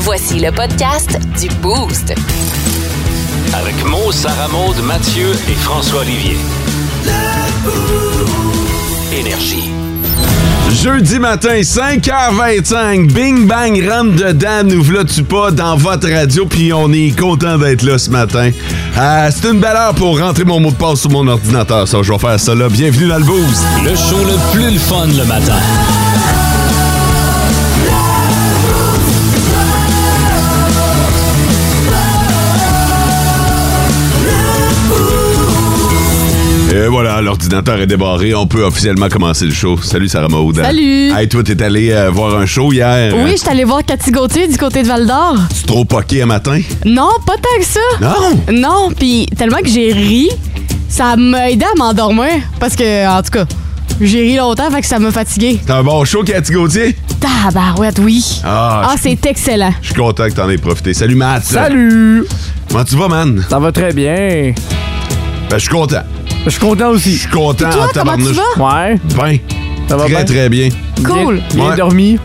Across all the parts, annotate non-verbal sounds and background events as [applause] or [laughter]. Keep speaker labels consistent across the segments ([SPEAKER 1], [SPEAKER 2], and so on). [SPEAKER 1] Voici le podcast du Boost.
[SPEAKER 2] Avec Mo, Sarah Maud, Mathieu et François Olivier. Énergie.
[SPEAKER 3] Jeudi matin, 5h25, Bing Bang rentre dedans, nous v'là-tu pas dans votre radio, puis on est content d'être là ce matin. Euh, c'est une belle heure pour rentrer mon mot de passe sur mon ordinateur, ça, je vais faire ça là. Bienvenue dans le boost.
[SPEAKER 2] Le show le plus le fun le matin.
[SPEAKER 3] Et voilà, l'ordinateur est débarré, on peut officiellement commencer le show. Salut Sarah Maud.
[SPEAKER 4] Salut.
[SPEAKER 3] Hey, toi, t'es allé euh, voir un show hier.
[SPEAKER 4] Oui,
[SPEAKER 3] Hein?
[SPEAKER 4] je suis allée voir Cathy Gauthier du côté de Val d'Or.
[SPEAKER 3] Tu trop poqué un matin?
[SPEAKER 4] Non, pas tant que ça.
[SPEAKER 3] Non?
[SPEAKER 4] Non, puis tellement que j'ai ri, ça m'a aidé à m'endormir. Parce que, en tout cas, j'ai ri longtemps, fait que ça m'a fatigué.
[SPEAKER 3] T'as un bon show, Cathy Gauthier?
[SPEAKER 4] Tabarouette, oui.
[SPEAKER 3] Ah,
[SPEAKER 4] Ah,
[SPEAKER 3] je-
[SPEAKER 4] c'est excellent.
[SPEAKER 3] je suis content que t'en aies profité. Salut Matt.
[SPEAKER 5] Salut!
[SPEAKER 3] Comment tu vas, man?
[SPEAKER 5] Ça va très bien.
[SPEAKER 3] Ben, je suis content.
[SPEAKER 5] Je suis content
[SPEAKER 3] Je
[SPEAKER 5] aussi.
[SPEAKER 3] suis content
[SPEAKER 4] Toi,
[SPEAKER 3] en
[SPEAKER 4] comment tu
[SPEAKER 3] Ah, tabarnouche.
[SPEAKER 4] vas?
[SPEAKER 5] Ouais.
[SPEAKER 3] Ben,
[SPEAKER 5] Ça va
[SPEAKER 3] très,
[SPEAKER 5] bien?
[SPEAKER 3] très bien.
[SPEAKER 4] Cool.
[SPEAKER 5] Bien, bien
[SPEAKER 3] Ouais.
[SPEAKER 5] dormi.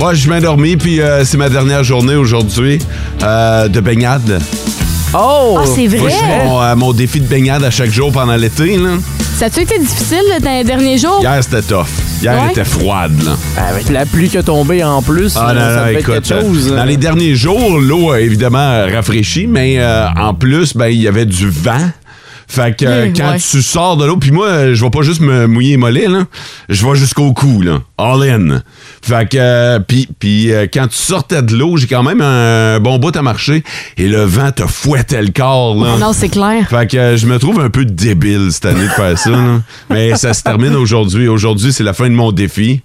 [SPEAKER 3] Ouais, je m'endormi, puis euh, c'est ma dernière journée aujourd'hui euh, de baignade.
[SPEAKER 5] Oh!
[SPEAKER 4] Ah, c'est
[SPEAKER 3] Moi,
[SPEAKER 4] vrai?
[SPEAKER 3] je fais mon, euh, mon défi de baignade à chaque jour pendant l'été. là.
[SPEAKER 4] Ça a-tu été difficile là, dans les derniers jours?
[SPEAKER 3] Hier, c'était tough. Hier,
[SPEAKER 4] Ouais.
[SPEAKER 3] était froide. Là.
[SPEAKER 5] Avec la pluie qui a tombé en plus,
[SPEAKER 3] Ah, non,
[SPEAKER 5] ça
[SPEAKER 3] non,
[SPEAKER 5] fait
[SPEAKER 3] écoute,
[SPEAKER 5] quelque chose. hein.
[SPEAKER 3] euh, dans les derniers jours, l'eau a évidemment euh, rafraîchi, mais euh, en plus, ben, il y avait du vent. Fait
[SPEAKER 5] Hmm,
[SPEAKER 3] que euh,
[SPEAKER 4] Hum,
[SPEAKER 3] quand
[SPEAKER 4] ouais.
[SPEAKER 3] tu sors de l'eau, puis moi, euh, je vais pas juste me mouiller les mollets, là. Je vais jusqu'au cou, là. All in. Fait que, euh, puis, puis, euh, quand tu sortais de l'eau, j'ai quand même un bon bout à marcher et le vent te fouettait le corps, là.
[SPEAKER 4] Ah Non, c'est clair.
[SPEAKER 3] Fait que euh, je me trouve un peu débile cette année de faire ça. là. Mais ça se termine aujourd'hui. Aujourd'hui, c'est la fin de mon défi.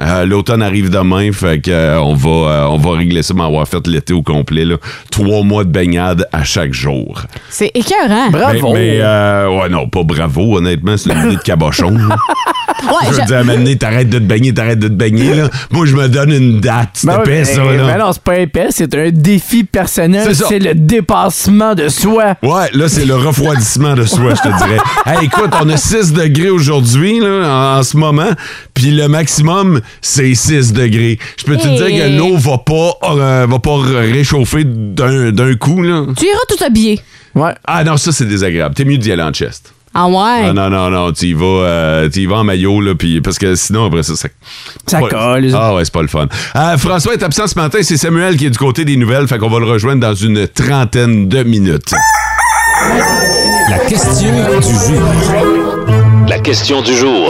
[SPEAKER 3] Euh, L'automne arrive demain, fait que euh, on va euh, on va régler ça, mais avoir fait l'été au complet là. Trois mois de baignade à chaque jour.
[SPEAKER 4] C'est écœurant.
[SPEAKER 3] Mais,
[SPEAKER 5] Bravo!
[SPEAKER 3] mais, euh, ouais non, pas bravo honnêtement, c'est une idée de cabochon.
[SPEAKER 5] [laughs]
[SPEAKER 3] là.
[SPEAKER 4] Ouais,
[SPEAKER 3] Je veux
[SPEAKER 4] je-
[SPEAKER 3] dire, à un moment donné, t'arrêtes de te baigner, t'arrêtes de te baigner là. Moi, je me donne une date, c'est
[SPEAKER 5] Ben oui,
[SPEAKER 3] épais,
[SPEAKER 5] mais-
[SPEAKER 3] ça là.
[SPEAKER 5] mais non, c'est pas épais, c'est un défi personnel.
[SPEAKER 3] C'est ça.
[SPEAKER 5] C'est le dépassement de soi.
[SPEAKER 3] Ouais, là, c'est le refroidissement de soi, je te
[SPEAKER 5] [laughs]
[SPEAKER 3] dirais. Hey, écoute, on a 6 degrés aujourd'hui, là, en, en ce moment, puis le maximum, c'est 6 degrés. Je peux te
[SPEAKER 4] Hey.
[SPEAKER 3] dire que l'eau va pas euh, va pas réchauffer d'un d'un coup, là.
[SPEAKER 4] Tu iras tout habillé.
[SPEAKER 5] Ouais.
[SPEAKER 3] Ah non, ça, c'est désagréable. T'es mieux d'y aller en chest.
[SPEAKER 4] Ah ouais.
[SPEAKER 3] Ah non, non, non, tu y vas, euh, tu y vas en maillot, là, puis parce que sinon, après ça, ça...
[SPEAKER 5] Ça
[SPEAKER 3] Ouais.
[SPEAKER 5] colle.
[SPEAKER 3] Ah ouais, c'est pas le fun. Euh, François est absent ce matin, c'est Samuel qui est du côté des nouvelles, fait qu'on va le rejoindre dans une trentaine de minutes.
[SPEAKER 6] La question du jour.
[SPEAKER 2] La question du jour.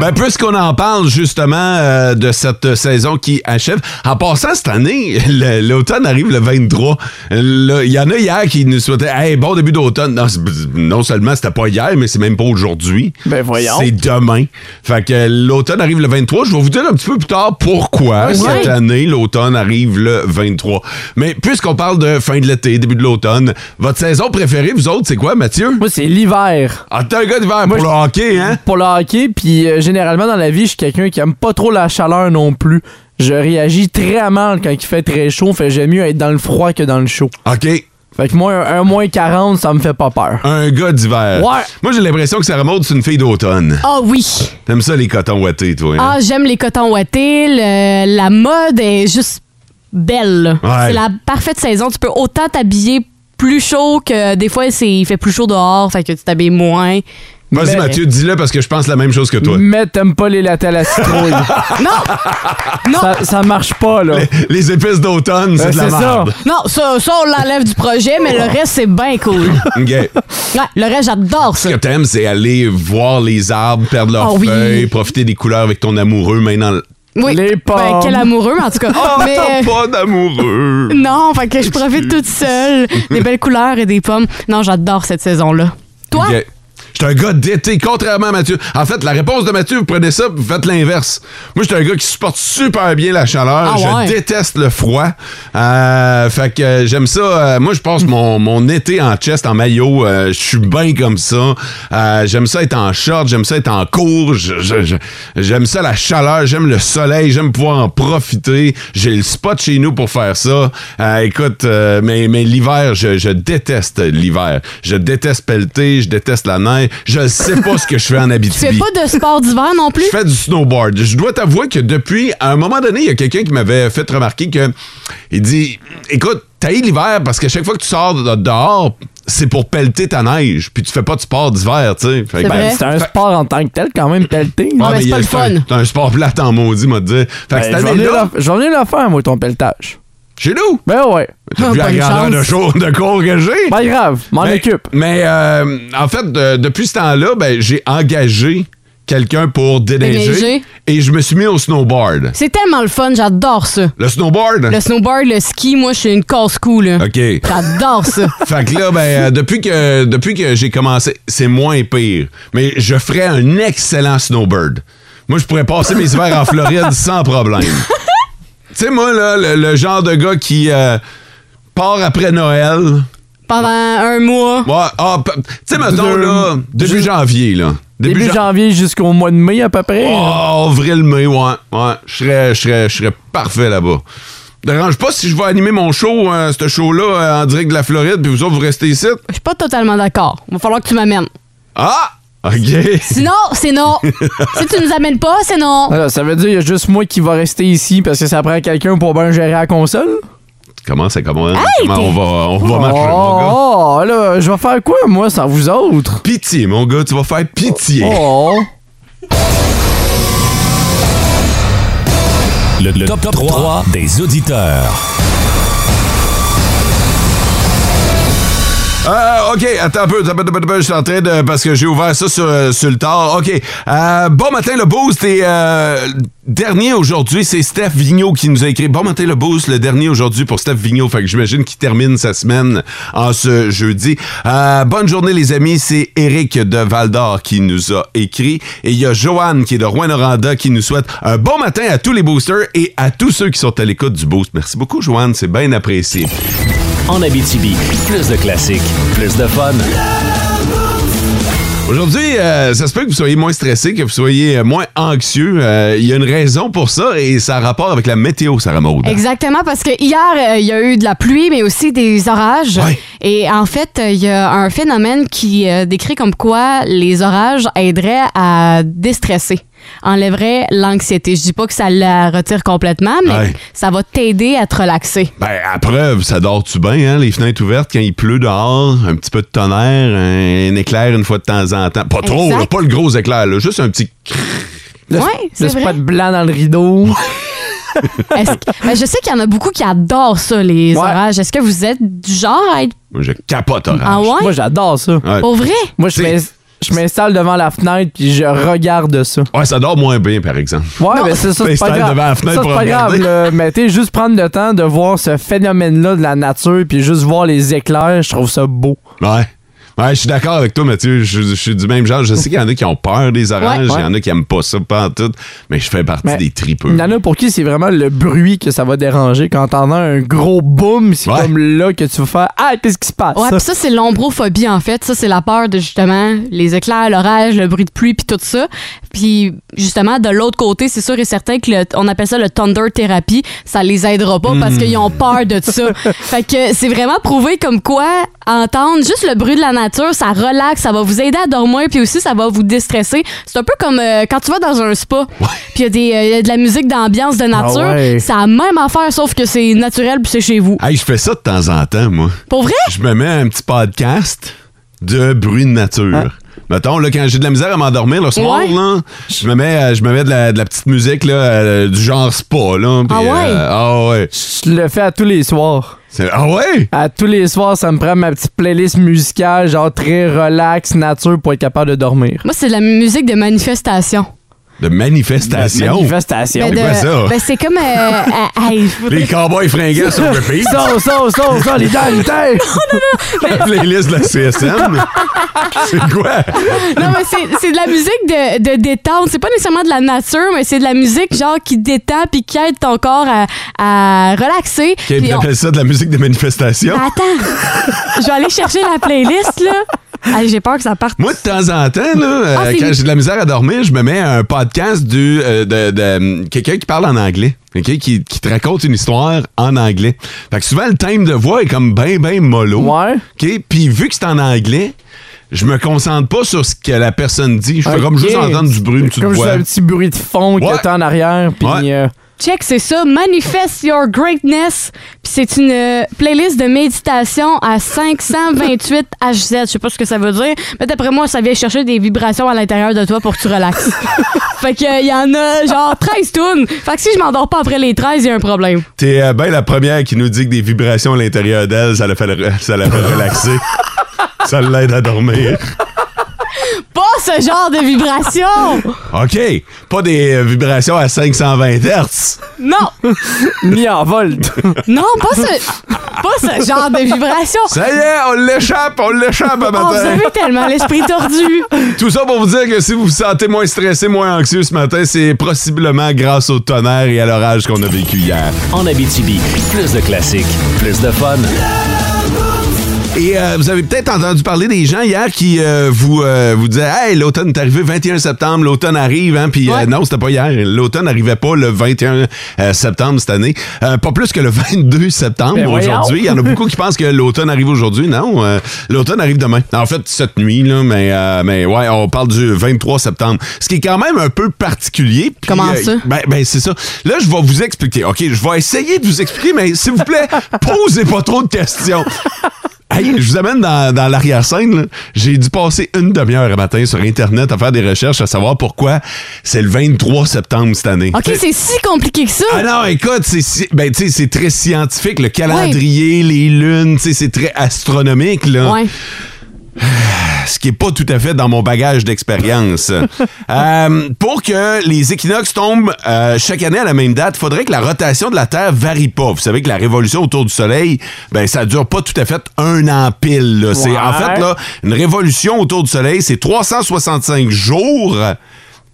[SPEAKER 3] Ben, puisqu'on en parle justement euh, de cette saison qui achève, en passant cette année, [laughs] le- l'automne arrive le 23. Le- Il y en a hier qui nous souhaitaient Hey, bon début d'automne. Non, c'est- non seulement c'était pas hier, mais c'est même pas aujourd'hui.
[SPEAKER 5] Ben, voyons.
[SPEAKER 3] C'est demain. Fait que l'automne arrive le 23. Je vais vous dire un petit peu plus tard pourquoi cette année, l'automne arrive le 23. Mais puisqu'on parle de fin de l'été, début de l'automne, votre saison préférée, vous autres, c'est quoi, Mathieu?
[SPEAKER 5] Moi, c'est l'hiver.
[SPEAKER 3] Ah, t'es un gars d'hiver pour
[SPEAKER 5] Moi,
[SPEAKER 3] le hockey, hein?
[SPEAKER 5] Pour le hockey, puis euh, généralement dans la vie, je suis quelqu'un qui aime pas trop la chaleur non plus. Je réagis très mal quand il fait très chaud. Fait que j'aime mieux être dans le froid que dans le chaud.
[SPEAKER 3] OK.
[SPEAKER 5] Fait que moi, un, un moins 40, ça me fait pas peur.
[SPEAKER 3] Un gars d'hiver.
[SPEAKER 5] Ouais.
[SPEAKER 3] Moi, j'ai l'impression que Sarah Maud, c'est une fille d'automne.
[SPEAKER 4] Ah oui.
[SPEAKER 3] T'aimes ça, les cotons ouatés, toi. hein?
[SPEAKER 4] Ah, j'aime les cotons ouatés. le- la mode est juste belle. là.
[SPEAKER 3] Ouais.
[SPEAKER 4] C'est la parfaite saison. Tu peux autant t'habiller plus chaud que des fois, c'est, il fait plus chaud dehors, fait que tu t'habilles moins.
[SPEAKER 3] Vas-y,
[SPEAKER 5] mais-
[SPEAKER 3] Mathieu, dis-le parce que je pense la même chose que toi.
[SPEAKER 5] Mais t'aimes pas les lattes à la citrouille.
[SPEAKER 4] Non!
[SPEAKER 5] ça, ça marche pas, là.
[SPEAKER 3] [laughs] Les épices d'automne,
[SPEAKER 4] Ben,
[SPEAKER 3] c'est
[SPEAKER 5] Euh,
[SPEAKER 3] de la
[SPEAKER 5] c'est ça.
[SPEAKER 4] [laughs]
[SPEAKER 3] merde.
[SPEAKER 4] Non, ça, ça, on l'enlève du projet, mais le reste, c'est bien cool.
[SPEAKER 3] OK.
[SPEAKER 4] Ouais, le reste, j'adore ça.
[SPEAKER 3] Ce que t'aimes, c'est aller voir les arbres, perdre leurs
[SPEAKER 4] Ah oui.
[SPEAKER 3] feuilles, profiter des couleurs avec ton amoureux, mais non.
[SPEAKER 4] Oui.
[SPEAKER 5] Les pommes.
[SPEAKER 4] Ben, quel amoureux, en tout cas.
[SPEAKER 3] [laughs] Oh,
[SPEAKER 4] mais,
[SPEAKER 3] t'as
[SPEAKER 4] euh,
[SPEAKER 3] pas d'amoureux!
[SPEAKER 4] [laughs] non, fait que je profite toute seule des belles couleurs et des pommes. Non, j'adore cette saison-là. Toi?
[SPEAKER 3] Ok. J'étais un gars d'été, contrairement à Mathieu. En fait, la réponse de Mathieu, vous prenez ça, vous faites l'inverse. Moi, j'étais un gars qui supporte super bien la chaleur.
[SPEAKER 4] Ah ouais.
[SPEAKER 3] Je déteste le froid. Euh, fait que euh, j'aime ça. Euh, moi, je passe mon, mon été en chest, en maillot. Euh, je suis bien comme ça. Euh, j'aime ça être en short, j'aime ça être en cours. Je- je- je- J'aime ça la chaleur, j'aime le soleil, j'aime pouvoir en profiter. J'ai le spot chez nous pour faire ça. Euh, écoute, euh, mais, mais l'hiver, je, je déteste l'hiver. Je déteste pelleter, je déteste la neige. mais je sais pas ce que je fais en
[SPEAKER 4] Tu fais
[SPEAKER 3] Abitibi.
[SPEAKER 4] pas de sport d'hiver non plus?
[SPEAKER 3] Je fais du snowboard. Je dois t'avouer que depuis, à un moment donné, il y a quelqu'un qui m'avait fait remarquer que il dit Écoute, t'as l'hiver parce que chaque fois que tu sors de- dehors, c'est pour pelleter ta neige, puis tu fais pas de sport d'hiver, tu sais. Fait que,
[SPEAKER 4] C'est vrai.
[SPEAKER 5] Ben, c'est un sport en tant que tel, quand même, pelleté.
[SPEAKER 3] Ah,
[SPEAKER 4] Ouais,
[SPEAKER 3] mais
[SPEAKER 4] c'est
[SPEAKER 3] il y
[SPEAKER 4] pas
[SPEAKER 3] a-
[SPEAKER 4] le
[SPEAKER 3] c'est un-
[SPEAKER 4] fun.
[SPEAKER 3] C'est un sport plat en maudit, m'a dit. Fait que
[SPEAKER 5] Ben,
[SPEAKER 3] cette
[SPEAKER 5] je, vais venir
[SPEAKER 3] année-là,
[SPEAKER 5] le- je vais venir le faire, moi, ton pelletage.
[SPEAKER 3] chez nous,
[SPEAKER 5] Ben ouais.
[SPEAKER 3] t'as vu la
[SPEAKER 4] pas
[SPEAKER 3] Ben,
[SPEAKER 4] une
[SPEAKER 3] grandeur
[SPEAKER 4] Ah, chance.
[SPEAKER 3] de, jour, de cours que j'ai.
[SPEAKER 5] Pas grave, Ben, m'en
[SPEAKER 3] Mais-
[SPEAKER 5] occupe.
[SPEAKER 3] Mais euh, en fait, de- depuis ce temps-là, ben, j'ai engagé quelqu'un pour déneiger,
[SPEAKER 4] Déneiger.
[SPEAKER 3] et je me suis mis au snowboard.
[SPEAKER 4] C'est tellement le fun, j'adore ça.
[SPEAKER 3] Le snowboard?
[SPEAKER 4] Le snowboard, le ski, moi, je suis une casse-cou, là.
[SPEAKER 3] OK.
[SPEAKER 4] J'adore ça.
[SPEAKER 3] Fait que là, ben, euh, depuis que, depuis que j'ai commencé, c'est moins pire. Mais je ferais un excellent snowbird. Moi, je pourrais passer mes hivers en Floride sans problème. tu sais, moi, là, le, le genre de gars qui euh, part après Noël.
[SPEAKER 4] Pendant un mois.
[SPEAKER 3] Ouais, ah, p- tu sais, mettons,
[SPEAKER 5] De-
[SPEAKER 3] là, début janvier, là.
[SPEAKER 5] Début,
[SPEAKER 3] jan-
[SPEAKER 5] janvier jusqu'au mois de mai, à peu près.
[SPEAKER 3] Oh, avril, mai, ouais. ouais. Je serais, je serais, je serais parfait là-bas. Dérange pas si je vais animer mon show, euh, ce show-là, euh, en direct de la Floride, puis vous autres, vous restez ici.
[SPEAKER 4] Je suis pas totalement d'accord. Va falloir que tu m'amènes.
[SPEAKER 3] Ah! OK.
[SPEAKER 4] [laughs] Sinon, c'est non. si tu nous amènes pas, c'est non.
[SPEAKER 5] Alors, ça veut dire qu'il y a juste moi qui va rester ici parce que ça prend quelqu'un pour bien gérer la console.
[SPEAKER 3] Comment ça commence? Comment on va, on va marcher, mon gars?
[SPEAKER 5] Oh, là, je vais faire quoi, moi, sans vous autres?
[SPEAKER 3] Pitié, mon gars, tu vas faire pitié.
[SPEAKER 5] Oh!
[SPEAKER 6] Le, le top, 3, des auditeurs.
[SPEAKER 3] Euh, OK, attends un peu. attends un peu, attends un peu, Je suis en train de. Parce que j'ai ouvert ça sur, euh, sur le tard. OK. Euh, bon matin, le boost. Et euh, dernier aujourd'hui, c'est Steph Vigneault qui nous a écrit. Bon matin, le boost. Le dernier aujourd'hui pour Steph Vigneault. Fait que j'imagine qu'il termine sa semaine en ce jeudi. Euh, bonne journée, les amis. C'est Eric de Val d'Or qui nous a écrit. Et il y a Joanne qui est de Rouen-Oranda qui nous souhaite un bon matin à tous les boosters et à tous ceux qui sont à l'écoute du boost. Merci beaucoup, Joanne. C'est bien apprécié.
[SPEAKER 2] En Abitibi, plus de classiques, plus de fun.
[SPEAKER 3] Aujourd'hui, euh, ça se peut que vous soyez moins stressé, que vous soyez euh, moins anxieux. Euh, Il y a une raison pour ça et ça a rapport avec la météo, Sarah Maud.
[SPEAKER 4] Exactement, parce que hier, euh, il y a eu de la pluie, mais aussi des orages.
[SPEAKER 3] Ouais.
[SPEAKER 4] Et en fait, euh, il y a un phénomène qui euh, décrit comme quoi les orages aideraient à déstresser, enlèverait l'anxiété. Je dis pas que ça la retire complètement, mais
[SPEAKER 3] Ouais.
[SPEAKER 4] ça va t'aider à te relaxer.
[SPEAKER 3] Ben, à preuve, ça dort-tu bien, hein? Les fenêtres ouvertes quand il pleut dehors, un petit peu de tonnerre, un, un éclair une fois de temps en temps. Pas trop,
[SPEAKER 4] Exact.
[SPEAKER 3] là, pas le gros éclair, là, juste un petit...
[SPEAKER 5] Le,
[SPEAKER 4] Ouais, c'est
[SPEAKER 5] le
[SPEAKER 4] vrai.
[SPEAKER 5] spot blanc dans le rideau.
[SPEAKER 4] Est-ce que- ben, je sais qu'il y en a beaucoup qui adorent ça, les
[SPEAKER 5] Ouais.
[SPEAKER 4] orages. Est-ce que vous êtes du genre à être
[SPEAKER 3] Je capote orange.
[SPEAKER 4] en Ah ouais?
[SPEAKER 5] Ben, Moi, j'adore ça.
[SPEAKER 3] Ouais.
[SPEAKER 4] Pour vrai?
[SPEAKER 5] Moi, je
[SPEAKER 3] C'est-
[SPEAKER 5] m'ins- je m'installe devant la fenêtre puis je regarde ça.
[SPEAKER 3] Ouais, ça dort moins bien, par exemple.
[SPEAKER 5] Ouais, mais c'est ça, c'est pas
[SPEAKER 3] FaceTime
[SPEAKER 5] grave.
[SPEAKER 3] devant la
[SPEAKER 5] ça,
[SPEAKER 3] fenêtre
[SPEAKER 5] c'est
[SPEAKER 3] pour
[SPEAKER 5] pas grave,
[SPEAKER 3] regarder.
[SPEAKER 5] là. mais tu sais, juste prendre le temps de voir ce phénomène-là de la nature puis juste voir les éclairs, je trouve ça beau.
[SPEAKER 3] Ouais. Ouais, je suis d'accord avec toi, Mathieu. Je, je suis du même genre. Je sais qu'il y en a qui ont peur des orages, il
[SPEAKER 5] Ouais.
[SPEAKER 3] y en a qui aiment pas ça, pas en tout, mais je fais partie
[SPEAKER 4] Ben,
[SPEAKER 5] Mais
[SPEAKER 3] des tripeux.
[SPEAKER 5] Il y en a pour qui c'est vraiment le bruit que ça va déranger. Quand t'en as un gros boom, c'est
[SPEAKER 3] Ouais.
[SPEAKER 5] comme là que tu vas faire Ah, qu'est-ce qui se passe?
[SPEAKER 4] Ouais, pis ça, c'est l'ombrophobie, en fait. Ça, c'est la peur de, justement, les éclairs, l'orage, le bruit de pluie, puis tout ça. Puis, justement, de l'autre côté, c'est sûr et certain que le- on appelle ça le thunder therapy. Ça les aidera pas parce qu'ils ont peur de ça. fait que c'est vraiment prouvé comme quoi entendre juste le bruit de la nature, ça relaxe, ça va vous aider à dormir, puis aussi, ça va vous déstresser. C'est un peu comme euh, quand tu vas dans un spa, puis il y a des, euh, il y a de la musique d'ambiance de nature.
[SPEAKER 5] ouais.
[SPEAKER 4] C'est la même affaire, sauf que c'est naturel, puis c'est chez vous.
[SPEAKER 3] Hey, je fais ça de temps en temps, moi.
[SPEAKER 4] Pour vrai?
[SPEAKER 3] Je me mets un petit podcast de bruit de nature. Mettons, là, quand j'ai de la misère à m'endormir le soir,
[SPEAKER 4] Ah. Ouais.
[SPEAKER 3] là, je me mets, euh, je me mets de, la, de la petite musique là, euh, du genre spa. Là, puis,
[SPEAKER 4] Ah ouais?
[SPEAKER 3] euh, ah ouais.
[SPEAKER 5] Je le fais à tous les soirs.
[SPEAKER 3] C'est- Ah ouais?
[SPEAKER 5] À tous les soirs, ça me prend ma petite playlist musicale, genre très relax, nature, pour être capable de dormir.
[SPEAKER 4] Moi, c'est de la musique de manifestation.
[SPEAKER 3] De manifestation.
[SPEAKER 5] Manifestation.
[SPEAKER 4] [laughs] Ben,
[SPEAKER 3] quoi, ça?
[SPEAKER 4] ben, c'est
[SPEAKER 3] [laughs]
[SPEAKER 4] comme. euh, à- à- il faudrait-
[SPEAKER 3] Les cowboys fringants sur
[SPEAKER 4] [laughs]
[SPEAKER 3] repeat.
[SPEAKER 5] Ça, ça, ça, ça, les dents, les dents!
[SPEAKER 3] la playlist de la CSM. C'est quoi?
[SPEAKER 4] non, mais c'est, c'est de la musique de, de détente. C'est pas nécessairement de la nature, mais c'est de la musique genre qui détend puis qui aide ton corps à, à relaxer.
[SPEAKER 3] Qu'est-ce
[SPEAKER 4] Puis on-
[SPEAKER 3] appelle ça de la musique de manifestation?
[SPEAKER 4] Attends, je vais aller chercher la playlist, là. Allez, j'ai peur que ça parte.
[SPEAKER 3] Moi, de temps en temps, là, euh,
[SPEAKER 4] Ah, c'est-
[SPEAKER 3] quand j'ai de la misère à dormir, je me mets un podcast du, euh, de, de, euh, quelqu'un qui parle en anglais, ok, qui, qui te raconte une histoire en anglais. Fait que souvent, le thème de voix est comme ben, ben mollo.
[SPEAKER 5] Ouais.
[SPEAKER 3] OK? Puis vu que c'est en anglais, je me concentre pas sur ce que la personne dit. Je fais comme juste
[SPEAKER 5] Ok.
[SPEAKER 3] entendre du bruit, une petite
[SPEAKER 5] Comme juste
[SPEAKER 3] voix.
[SPEAKER 5] un petit bruit de fond qui
[SPEAKER 3] Ouais.
[SPEAKER 5] est en arrière. Puis,
[SPEAKER 3] Ouais.
[SPEAKER 5] euh,
[SPEAKER 4] Check, c'est ça. Manifest Your Greatness. Puis c'est une euh, playlist de méditation à 528 HZ. Je sais pas ce que ça veut dire, mais d'après moi, ça vient chercher des vibrations à l'intérieur de toi pour que tu relaxes. fait que euh, y en a genre 13 tunes. Fait que si je m'endors pas après les 13, il y a un problème.
[SPEAKER 3] T'es euh, ben la première qui nous dit que des vibrations à l'intérieur d'elle, ça la fait, re- ça la fait
[SPEAKER 5] [laughs]
[SPEAKER 3] relaxer. Ça l'aide à dormir.
[SPEAKER 4] Pas ce genre de vibration!
[SPEAKER 3] OK. Pas des euh, vibrations à 520 Hertz.
[SPEAKER 4] Non!
[SPEAKER 5] mis en volt.
[SPEAKER 4] Non, pas ce, pas ce genre de vibration!
[SPEAKER 3] Ça y est, on l'échappe, on
[SPEAKER 4] [laughs]
[SPEAKER 3] l'échappe à
[SPEAKER 4] Oh, vous
[SPEAKER 3] matin.
[SPEAKER 4] avez tellement l'esprit tordu!
[SPEAKER 3] Tout ça pour vous dire que si vous vous sentez moins stressé, moins anxieux ce matin, c'est possiblement grâce au tonnerre et à l'orage qu'on a vécu hier.
[SPEAKER 2] En Abitibi, plus de classiques, plus de fun.
[SPEAKER 3] Et euh, vous avez peut-être entendu parler des gens hier qui euh, vous, euh, vous disaient Hey, l'automne est arrivé 21 septembre, l'automne arrive, hein? Puis euh,
[SPEAKER 4] Ouais.
[SPEAKER 3] non, c'était pas hier. L'automne n'arrivait pas le 21 euh, septembre cette année. Euh, pas plus que le 22 septembre
[SPEAKER 5] Ben voyons.
[SPEAKER 3] aujourd'hui.
[SPEAKER 4] [laughs]
[SPEAKER 3] Il y en a beaucoup qui pensent que l'automne arrive aujourd'hui. Non, euh, l'automne arrive demain. En fait, cette nuit, là, mais, euh, mais ouais, on parle du 23 septembre. Ce qui est quand même un peu particulier. puis,
[SPEAKER 4] Comment ça?
[SPEAKER 3] ben, ben, c'est ça. Là, je vais vous expliquer. OK, je vais essayer de vous expliquer, mais s'il vous
[SPEAKER 4] [laughs]
[SPEAKER 3] plaît, posez pas trop de questions. Hey, je vous amène dans, dans l'arrière-scène. là. J'ai dû passer une demi-heure le matin sur Internet à faire des recherches à savoir pourquoi c'est le 23 septembre cette année.
[SPEAKER 4] Ok, c'est si compliqué que ça!
[SPEAKER 3] Ah non, écoute, c'est si- ben, tu sais, c'est très scientifique, le calendrier, les lunes, tu sais, c'est très astronomique. Là
[SPEAKER 4] Ouais.
[SPEAKER 3] ce qui est pas tout à fait dans mon bagage d'expérience. Euh, pour que les équinoxes tombent euh, chaque année à la même date, faudrait que la rotation de la Terre varie pas. Vous savez que la révolution autour du Soleil, ben ça dure pas tout à fait un an pile. là. C'est en
[SPEAKER 5] Ouais.
[SPEAKER 3] fait là, une révolution autour du Soleil, c'est 365 jours.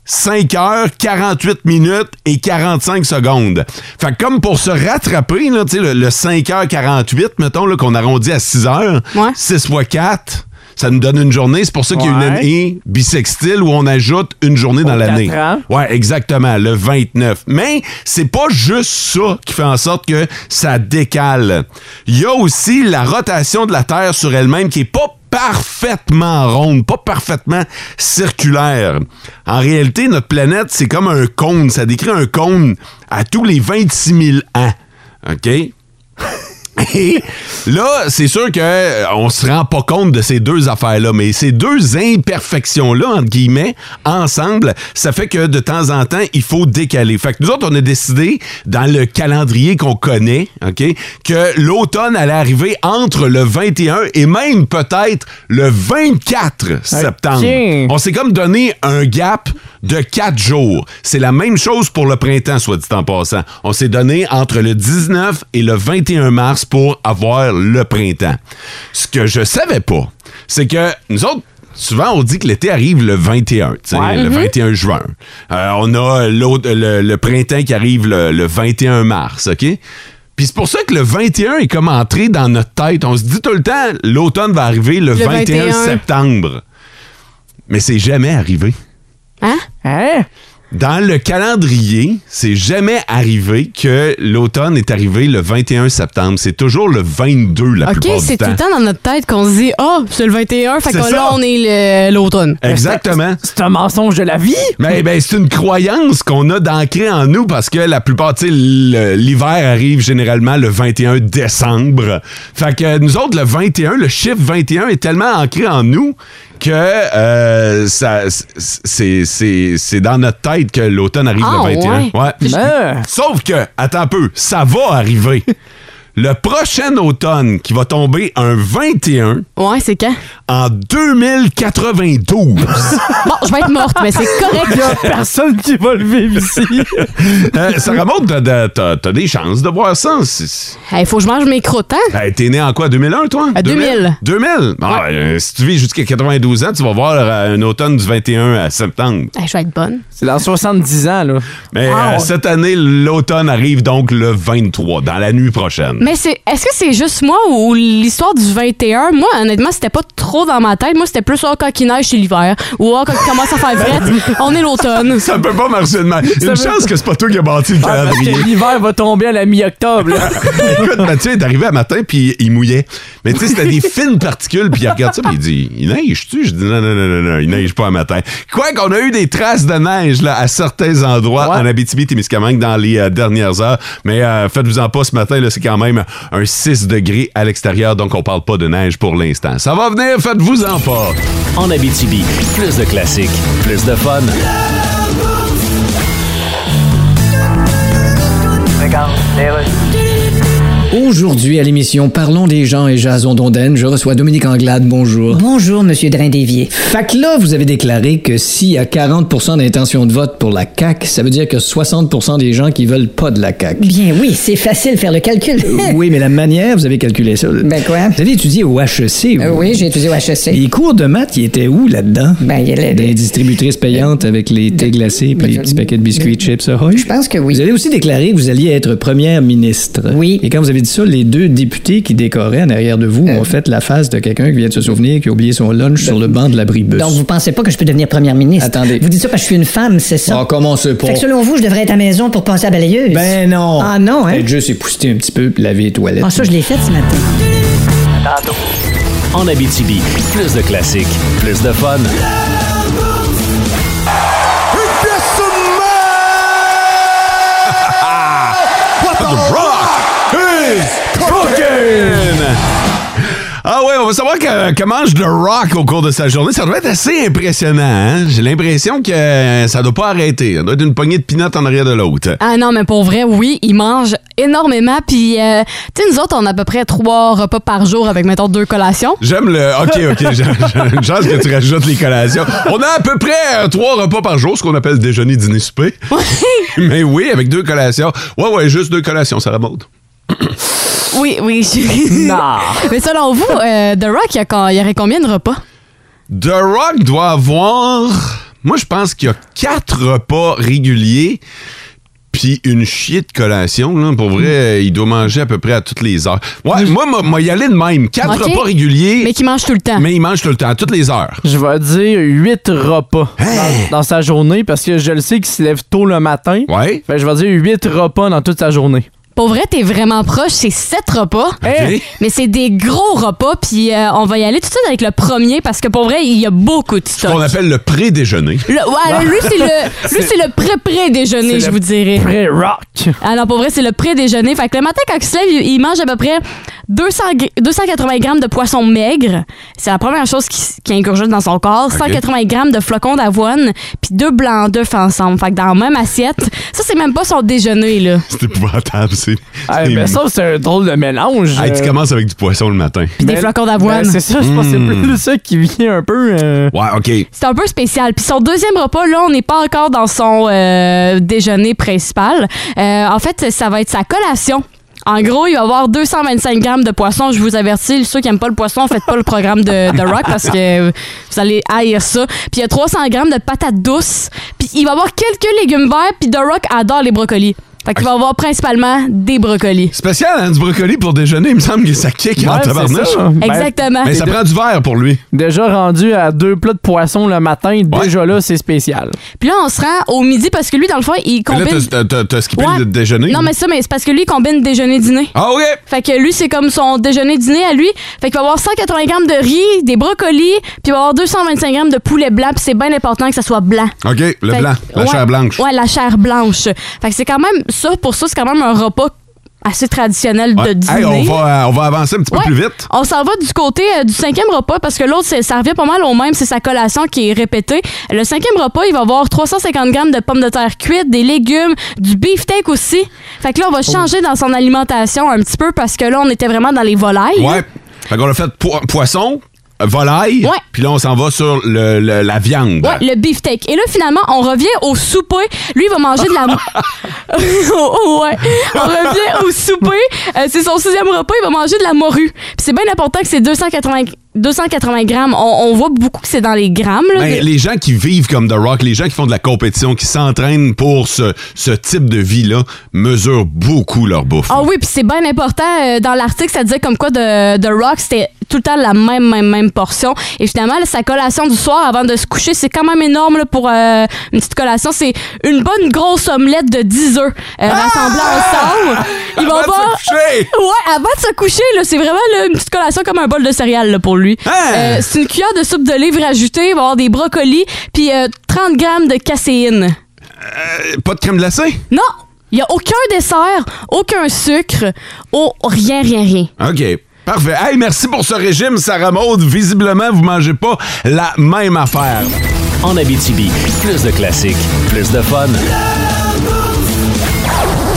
[SPEAKER 3] 5 heures, 48 minutes et 45 secondes. Fait que comme pour se rattraper, là, tu sais, le, le 5 h 48, mettons, là, qu'on arrondit à 6 heures,
[SPEAKER 4] Ouais.
[SPEAKER 3] 6 fois 4, ça nous donne une journée. C'est pour ça qu'il y a
[SPEAKER 5] Ouais.
[SPEAKER 3] une année bisextile où on ajoute une journée dans
[SPEAKER 5] Pour quatre
[SPEAKER 3] l'année.
[SPEAKER 5] ans.
[SPEAKER 3] Ouais, exactement, le 29. Mais c'est pas juste ça qui fait en sorte que ça décale. Il y a aussi la rotation de la Terre sur elle-même qui est pas parfaitement ronde, pas parfaitement circulaire. En réalité, notre planète, c'est comme un cône. Ça décrit un cône à tous les 26 000 ans. OK? Et là, c'est sûr que euh, on se rend pas compte de ces deux affaires-là, mais ces deux imperfections-là, entre guillemets, ensemble, ça fait que de temps en temps, il faut décaler. Fait que nous autres, on a décidé, dans le calendrier qu'on connaît, OK, que l'automne allait arriver entre le 21 et même peut-être le 24 septembre. On s'est comme donné un gap de quatre jours. C'est la même chose pour le printemps, soit dit en passant. On s'est donné entre le 19 et le 21 mars pour avoir le printemps. Ce que je savais pas, c'est que nous autres, Souvent, on dit que l'été arrive le 21, tu sais, le 21 juin. Euh, on a l'autre- le, le printemps qui arrive le, le 21 mars, OK? Puis c'est pour ça que le 21 est comme entré dans notre tête. On se dit tout le temps, l'automne va arriver le,
[SPEAKER 4] Le
[SPEAKER 3] 21
[SPEAKER 4] 21.
[SPEAKER 3] septembre. Mais c'est jamais arrivé.
[SPEAKER 4] Hein?
[SPEAKER 5] Hein?
[SPEAKER 3] Dans le calendrier, c'est jamais arrivé que l'automne est arrivé le 21 septembre. C'est toujours le 22 la
[SPEAKER 4] OK,
[SPEAKER 3] plupart du
[SPEAKER 4] c'est tout
[SPEAKER 3] temps.
[SPEAKER 4] le temps dans notre tête qu'on se dit Ah, c'est le 21, fait
[SPEAKER 3] C'est
[SPEAKER 4] que
[SPEAKER 3] ça.
[SPEAKER 4] là, on est le- l'automne.
[SPEAKER 3] Exactement.
[SPEAKER 5] C'est un mensonge de la vie?
[SPEAKER 3] Mais ben, c'est une croyance qu'on a d'ancrée en nous parce que la plupart, tu sais, le- l'hiver arrive généralement le 21 décembre. Fait que nous autres, le 21, le chiffre 21 est tellement ancré en nous que euh, ça, c'est, c'est, c'est dans notre tête que l'automne arrive
[SPEAKER 4] Ah,
[SPEAKER 3] le 21.
[SPEAKER 4] ouais?
[SPEAKER 3] Ouais.
[SPEAKER 5] Ben,
[SPEAKER 3] Sauf que, attends un peu, ça va arriver. [laughs] Le prochain automne qui va tomber un 21
[SPEAKER 4] Ouais, c'est quand?
[SPEAKER 3] en 2092.
[SPEAKER 4] Bon, je vais être morte, mais c'est
[SPEAKER 3] [laughs]
[SPEAKER 4] correct, là.
[SPEAKER 5] personne qui va le vivre ici.
[SPEAKER 3] Euh, ça remonte, de- de- t'as t'as des chances de voir ça. C'est- c'est-
[SPEAKER 4] Hey, faut que je mange mes croûtes, hein?
[SPEAKER 3] Hey, T'es né en quoi, 2001, toi?
[SPEAKER 4] À 2000.
[SPEAKER 3] 2000? Ah, euh, si tu vis jusqu'à 92 ans, tu vas voir euh, un automne du 21 à septembre. euh,
[SPEAKER 4] Hey, je vais être bonne.
[SPEAKER 5] C'est dans 70 ans, là. Ben, Ah,
[SPEAKER 3] Mais euh, cette année, l'automne arrive donc le 23, dans la nuit prochaine.
[SPEAKER 4] Mais c'est, est-ce que c'est juste moi ou l'histoire du 21? Moi, honnêtement, c'était pas trop dans ma tête. Moi, c'était plus oh, quand il neige, c'est l'hiver. Ou oh, quand il commence à faire
[SPEAKER 3] [laughs]
[SPEAKER 4] fret, on est l'automne.
[SPEAKER 3] Ça peut pas marcher de même. Une
[SPEAKER 5] veut-
[SPEAKER 3] chance que c'est pas toi qui as bâti le
[SPEAKER 5] Ah, parce
[SPEAKER 3] calendrier.
[SPEAKER 5] que l'hiver va tomber à la mi-octobre. [laughs] là.
[SPEAKER 3] [laughs] Écoute, Mathieu est arrivé à matin, puis il mouillait. Mais tu sais, c'était des fines particules, puis il regarde ça, puis il dit Il neige-tu Je dis Non, non, non, non, non, il neige pas à matin. Quoi qu'on a eu des traces de neige là, à certains endroits
[SPEAKER 5] Ouais.
[SPEAKER 3] en Abitibi-Témiscamingue dans les euh, dernières heures. Mais euh, faites-vous-en pas ce matin, là, c'est quand même un 6 degrés à l'extérieur, donc on parle pas de neige pour l'instant. Ça va venir, faites-vous-en pas.
[SPEAKER 2] En Abitibi, plus de classiques, plus de fun.
[SPEAKER 7] Aujourd'hui à l'émission Parlons des gens et Jason Donden, je reçois Dominique Anglade, bonjour.
[SPEAKER 8] Bonjour, Monsieur Drain-Dévier.
[SPEAKER 7] Fait que là, vous avez déclaré que s'il y a 40 d'intention de vote pour la CAQ, ça veut dire que 60 des gens qui veulent pas de la
[SPEAKER 8] [laughs]
[SPEAKER 7] CAQ.
[SPEAKER 8] Bien oui, c'est facile de faire le calcul.
[SPEAKER 7] Euh, oui, mais la manière, vous avez calculé ça. là.
[SPEAKER 8] Ben quoi?
[SPEAKER 7] Vous avez étudié au HEC. vous.
[SPEAKER 8] [laughs] Euh, oui, j'ai étudié au HEC.
[SPEAKER 7] Les cours de maths, ils étaient où là-dedans?
[SPEAKER 8] Ben, il y a les- ben,
[SPEAKER 7] Des distributrices payantes avec les thés glacés puis les petits paquets de biscuits chips. Ahoy?
[SPEAKER 8] Je pense que oui.
[SPEAKER 7] Vous avez aussi déclaré que vous alliez être première ministre.
[SPEAKER 8] Oui.
[SPEAKER 7] Et quand vous avez dit ça, les deux députés qui décoraient en arrière de vous
[SPEAKER 8] Euh.
[SPEAKER 7] ont fait la face de quelqu'un qui vient de se souvenir qui a oublié son lunch sur le banc de l'abribus.
[SPEAKER 8] Ben, Donc, vous pensez pas que je peux devenir première ministre?
[SPEAKER 7] Attendez.
[SPEAKER 8] Vous dites ça parce que je suis une femme, c'est ça?
[SPEAKER 7] Ah, On commence pas.
[SPEAKER 8] fait que selon vous, je devrais être à la maison pour penser à balayeuse?
[SPEAKER 7] Ben non.
[SPEAKER 8] Ah non, hein?
[SPEAKER 7] Être juste épousseté un petit peu puis laver les toilettes.
[SPEAKER 8] Ah, ça, je l'ai fait ce matin.
[SPEAKER 2] En Abitibi, plus de classiques, plus de fun.
[SPEAKER 3] Ah ouais, on va savoir que, que mange le rock au cours de sa journée. Ça doit être assez impressionnant. hein? J'ai l'impression que ça doit pas arrêter. Ça doit être une poignée de pinottes en arrière de l'autre.
[SPEAKER 4] Ah non, mais pour vrai, oui, ils mangent énormément. Puis, euh, tu sais, nous autres, on a à peu près trois repas par jour avec, mettons, deux collations.
[SPEAKER 3] J'aime le. OK, OK. [laughs] J'ai j'ai une chance que tu rajoutes les collations. On a à peu près euh, trois repas par jour, ce qu'on appelle déjeuner, dîner, souper. [laughs] Mais oui, avec deux collations. Ouais, ouais, juste deux collations, ça remonte.
[SPEAKER 4] Oui, oui. je- mais selon vous, euh, The Rock, il y, a quand- il y aurait combien de repas?
[SPEAKER 3] The Rock doit avoir. Moi, je pense qu'il y a quatre repas réguliers. Puis une chier de collation, là. Pour
[SPEAKER 4] Hmm.
[SPEAKER 3] vrai, il doit manger à peu près à toutes les heures. Ouais, moi, moi, moi, y aller de même. Quatre
[SPEAKER 4] Ok.
[SPEAKER 3] repas réguliers,
[SPEAKER 4] Mais qui mange tout le temps.
[SPEAKER 3] mais il mange tout le temps, à toutes les heures.
[SPEAKER 5] Je vais dire 8 repas dans, dans sa journée parce que je le sais qu'il se lève tôt le matin.
[SPEAKER 3] Ouais.
[SPEAKER 5] Fait que Ben, je vais dire 8 repas dans toute sa journée.
[SPEAKER 4] Pour vrai, t'es vraiment proche, c'est sept repas.
[SPEAKER 3] Ok.
[SPEAKER 4] Mais c'est des gros repas, puis euh, on va y aller tout de suite avec le premier, parce que pour vrai, il y a beaucoup de
[SPEAKER 3] Ce qu'on
[SPEAKER 4] stock.
[SPEAKER 3] appelle le pré-déjeuner. [laughs]
[SPEAKER 4] Le- ouais, lui, c'est
[SPEAKER 5] [laughs]
[SPEAKER 4] le, lui, c'est le pré-pré-déjeuner,
[SPEAKER 5] Bah. C'est
[SPEAKER 4] je
[SPEAKER 5] le
[SPEAKER 4] vous dirais.
[SPEAKER 5] Prêt rock.
[SPEAKER 4] Alors, pour vrai, c'est le pré-déjeuner. Fait que le matin, quand il se lève, il, il mange à peu près 200 gr- 280 grammes de poisson maigre. C'est la première chose qui, s- qui ingurgite dans son corps. 180 grammes de flocons d'avoine, puis deux blancs d'œufs ensemble. Fait que dans la même assiette, ça, c'est même pas son déjeuner, là.
[SPEAKER 3] C'est épouvantable, c'est.
[SPEAKER 5] Ah,
[SPEAKER 3] c'est-
[SPEAKER 5] ben ça, c'est un drôle de mélange.
[SPEAKER 3] Hey, tu
[SPEAKER 5] euh.
[SPEAKER 3] commences avec du poisson le matin.
[SPEAKER 4] Puis des
[SPEAKER 5] Ben,
[SPEAKER 4] flocons
[SPEAKER 5] Ben,
[SPEAKER 4] d'avoine.
[SPEAKER 5] c'est ça, je pense que c'est
[SPEAKER 3] Hmm.
[SPEAKER 5] plus ça qui vient un peu. euh,
[SPEAKER 3] Ouais, OK.
[SPEAKER 4] c'est un peu spécial. Puis son deuxième repas, là, on n'est pas encore dans son euh, déjeuner principal. Euh, en fait, ça va être sa collation. En gros, il va avoir 225 grammes de poisson. Je vous avertis, ceux qui n'aiment pas le poisson, faites pas le programme de, de Rock parce que vous allez haïr ça. Puis il y a 300 grammes de patates douces. Puis il va avoir quelques légumes verts. Puis The Rock adore les brocolis. Fait qu'il va avoir principalement des brocolis.
[SPEAKER 3] Spécial, hein, du brocoli pour déjeuner, il me semble que ça kick en
[SPEAKER 5] ouais, c'est
[SPEAKER 3] Ah, tabarnouche.
[SPEAKER 5] ça. Ben,
[SPEAKER 4] Exactement.
[SPEAKER 3] Mais ça prend du verre pour lui.
[SPEAKER 5] Déjà rendu à deux plats de poisson le matin, déjà là, c'est spécial.
[SPEAKER 4] Puis là, on se rend au midi parce que lui, dans le fond, il
[SPEAKER 3] Mais là, t'as-
[SPEAKER 4] combine...
[SPEAKER 3] t'as- t'as- t'as skippé
[SPEAKER 4] Ouais.
[SPEAKER 3] le déjeuner.
[SPEAKER 4] Non, mais ça, mais c'est parce que lui, il combine déjeuner-dîner.
[SPEAKER 3] Ah, OK.
[SPEAKER 4] Fait que lui, c'est comme son déjeuner-dîner à lui. Fait qu'il va avoir 180 grammes de riz, des brocolis, puis il va avoir 225 grammes de poulet blanc, puis c'est bien important que ça soit blanc.
[SPEAKER 3] OK, le
[SPEAKER 4] Fait que-
[SPEAKER 3] blanc, la
[SPEAKER 4] ouais,
[SPEAKER 3] chair blanche.
[SPEAKER 4] Ouais, la chair blanche. Fait que c'est quand même ça, pour ça, c'est quand même un repas assez traditionnel de
[SPEAKER 3] Ouais.
[SPEAKER 4] dîner.
[SPEAKER 3] Hey, on, va, euh, on va avancer un petit
[SPEAKER 4] Ouais.
[SPEAKER 3] peu plus vite.
[SPEAKER 4] On s'en va du côté euh, du cinquième repas parce que l'autre, c'est- ça revient pas mal au même, c'est sa collation qui est répétée. Le cinquième repas, il va avoir 350 grammes de pommes de terre cuites, des légumes, du beefsteak aussi. Fait que là, on
[SPEAKER 3] Oh.
[SPEAKER 4] va changer dans son alimentation un petit peu parce que là, on était vraiment dans les volailles.
[SPEAKER 3] Ouais. Fait qu'on a fait po- poisson, euh, volaille,
[SPEAKER 4] Ouais.
[SPEAKER 3] puis là, on s'en va sur le- le- la viande.
[SPEAKER 4] Ouais, le beefsteak. Et là, finalement, on revient au souper. Lui, il va manger de la... Oh, [laughs] oh, ouais. On revient au souper. Euh, c'est son sixième repas. Il va manger de la morue. Puis c'est bien important que c'est 280 280 grammes, on, on voit beaucoup que c'est dans les grammes. Là,
[SPEAKER 3] Ben,
[SPEAKER 4] de-
[SPEAKER 3] les gens qui vivent comme The Rock, les gens qui font de la compétition, qui s'entraînent pour ce, ce type de vie-là, mesurent beaucoup leur bouffe.
[SPEAKER 4] Ah oui, puis c'est bien important. euh, Dans l'article, ça disait comme quoi de, de Rock, c'était tout le temps la même, même, même portion. Et finalement, là, sa collation du soir avant de se coucher, c'est quand même énorme là, pour euh, une petite collation. C'est une bonne grosse omelette de 10 œufs euh,
[SPEAKER 3] [laughs]
[SPEAKER 4] rassemblés ensemble. Ils vont
[SPEAKER 3] Ah! Avant de
[SPEAKER 4] pas...
[SPEAKER 3] se Ah, coucher!
[SPEAKER 4] Ouais, avant de se coucher, là, c'est vraiment là, une petite collation comme un bol de céréales là, pour lui.
[SPEAKER 3] Ah!
[SPEAKER 4] Euh, c'est une cuillère de soupe de livre ajoutée, il va y avoir des brocolis, puis euh, 30 grammes de caséine.
[SPEAKER 3] Euh, Pas de crème glacée?
[SPEAKER 4] Non, il n'y a aucun dessert, aucun sucre, au rien, rien, rien.
[SPEAKER 3] OK. Parfait. Hey, merci pour ce régime, Sarah Maud. Visiblement, vous mangez pas la même affaire.
[SPEAKER 2] En Abitibi, plus de classiques, plus de fun.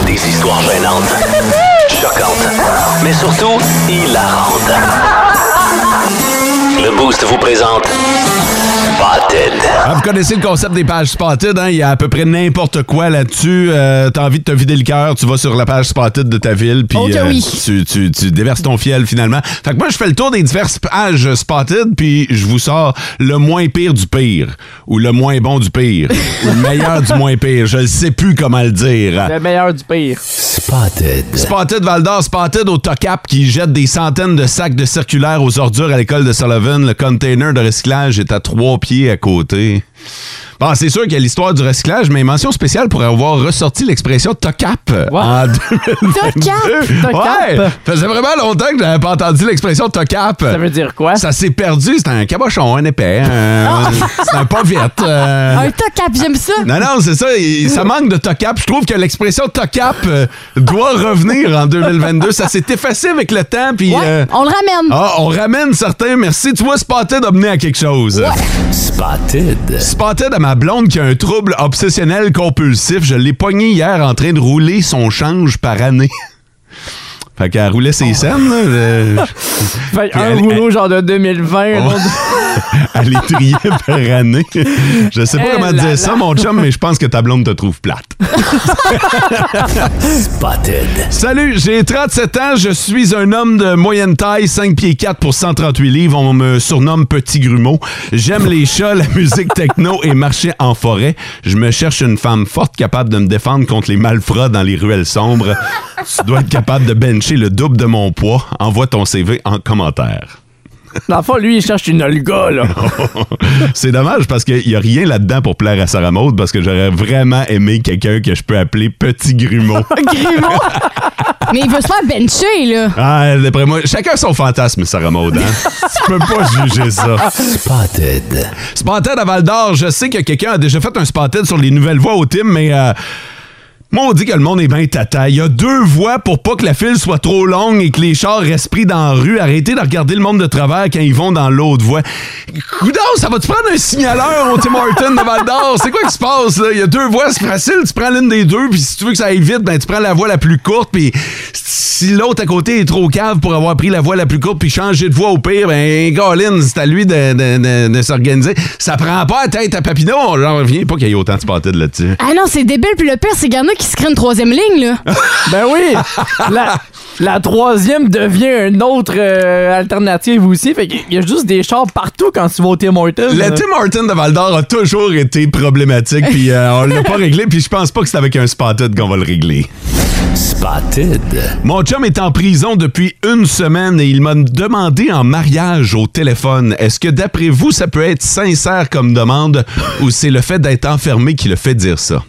[SPEAKER 2] Des histoires gênantes, choquantes, mais surtout hilarantes. Le Boost vous présente Spotted.
[SPEAKER 3] Ah, vous connaissez le concept des pages Spotted, hein? Il y a à peu près n'importe quoi là-dessus. Euh, T'as envie de te vider le cœur, tu vas sur la page Spotted de ta ville, puis euh,
[SPEAKER 4] Oh que oui.
[SPEAKER 3] tu, tu- tu déverses ton fiel finalement. Fait que moi, je fais le tour des diverses pages Spotted, puis je vous sors le moins pire du pire, ou le moins bon du pire, ou le meilleur du moins pire. Je ne sais plus comment le dire.
[SPEAKER 5] Le meilleur du pire.
[SPEAKER 2] Spotted.
[SPEAKER 3] Spotted Val d'Or, Spotted au TOCAP qui jette des centaines de sacs de circulaires aux ordures à l'école de Sullivan. Le container de recyclage est à trois pieds à côté. Bon, c'est sûr qu'il y a l'histoire du recyclage, mais mention spéciale pour avoir ressorti l'expression TOCAP
[SPEAKER 5] [laughs]
[SPEAKER 3] en 2022.
[SPEAKER 5] TOCAP.
[SPEAKER 3] Ouais, faisait vraiment longtemps que j'avais pas entendu l'expression TOCAP.
[SPEAKER 5] Ça veut dire quoi? Ah!
[SPEAKER 3] Ça s'est perdu, c'est un cabochon, un épais, un- c'est un pauvette.
[SPEAKER 5] [laughs]
[SPEAKER 3] euh,
[SPEAKER 4] Un tocap, j'aime ça.
[SPEAKER 3] non, non, c'est ça. il- Ça manque de tocap. Je trouve que l'expression tocap euh, doit revenir en 2022. Ça s'est effacé avec le temps. Puis,
[SPEAKER 4] Ouais,
[SPEAKER 3] euh,
[SPEAKER 4] on le ramène.
[SPEAKER 3] ah, on ramène certains. Merci. Tu vois, Spotted a mené à quelque chose.
[SPEAKER 2] Spotted.
[SPEAKER 3] Spotted à ma blonde qui a un trouble obsessionnel compulsif. Je l'ai pogné hier en train de rouler son change par année. [laughs] Fait qu'elle roulait ses scènes, là. euh,
[SPEAKER 5] Fait
[SPEAKER 3] Puis
[SPEAKER 5] un
[SPEAKER 3] elle-
[SPEAKER 5] rouleau genre de 2020.
[SPEAKER 3] on-
[SPEAKER 5] l'autre-
[SPEAKER 3] Elle est triée [laughs] par année. Je sais pas
[SPEAKER 5] Eh
[SPEAKER 3] comment
[SPEAKER 5] là
[SPEAKER 3] dire
[SPEAKER 5] là.
[SPEAKER 3] ça, mon chum, mais je pense que ta blonde te trouve plate.
[SPEAKER 2] Spotted.
[SPEAKER 3] Salut, j'ai 37 ans, je suis un homme de moyenne taille, 5 pieds 4 pour 138 livres, on me surnomme Petit Grumeau. J'aime les chats, la musique techno et marcher en forêt. Je me cherche une femme forte capable de me défendre contre les malfrats dans les ruelles sombres. Tu dois être capable de bencher le double de mon poids. Envoie ton CV en commentaire.
[SPEAKER 5] Dans le fond, lui, il cherche une
[SPEAKER 3] [laughs]
[SPEAKER 5] Olga, là.
[SPEAKER 3] C'est dommage parce qu'il n'y a rien là-dedans pour plaire à Sarah Maud parce que j'aurais vraiment aimé quelqu'un que je peux appeler Petit Grumeau.
[SPEAKER 4] Grimaud. Mais il veut se faire bencher, là.
[SPEAKER 3] Ah, d'après moi, chacun son fantasme, Sarah Maud. Hein? tu peux pas juger ça.
[SPEAKER 2] Spotted.
[SPEAKER 3] Spotted à Val d'Or, je sais que quelqu'un a déjà fait un Spotted sur les nouvelles voies au team, mais. euh, moi, on dit que le monde est bien tata. Il y a deux voies pour pas que la file soit trop longue et que les chars restent pris dans la rue. Arrêtez de regarder le monde de travers quand ils vont dans l'autre voie. Coudon, ça va-tu prendre un signaleur au Tim Horton de Val d'Or? C'est quoi qui se passe, là? Il y a deux voies, c'est facile. Tu prends l'une des deux, puis si tu veux que ça aille vite, ben, tu prends la voie la plus courte, puis si l'autre à côté est trop cave pour avoir pris la voie la plus courte, puis changer de voie au pire, ben, Colin, c'est à lui de, de- de- de s'organiser. Ça prend pas la tête à Papineau. On leur revient pas qu'il y ait autant de spotted là-dessus.
[SPEAKER 4] Ah non, c'est débile, puis le pire, c'est qu'il y en a qui se créent une troisième
[SPEAKER 3] [laughs]
[SPEAKER 4] ligne, là.
[SPEAKER 5] Ben oui! La, la troisième devient une autre euh, alternative aussi. Fait qu'il y a juste des chars partout quand tu vas au Tim Hortons. là.
[SPEAKER 3] Le Tim Horton de Val d'Or a toujours été problématique, puis euh, on l'a pas réglé, puis je pense pas que c'est avec un spotted qu'on va le régler.
[SPEAKER 2] Spotted.
[SPEAKER 3] Mon chum est en prison depuis une semaine et il m'a demandé en mariage au téléphone. Est-ce que d'après vous, ça peut être sincère comme demande ou c'est le fait d'être enfermé qui le fait dire ça?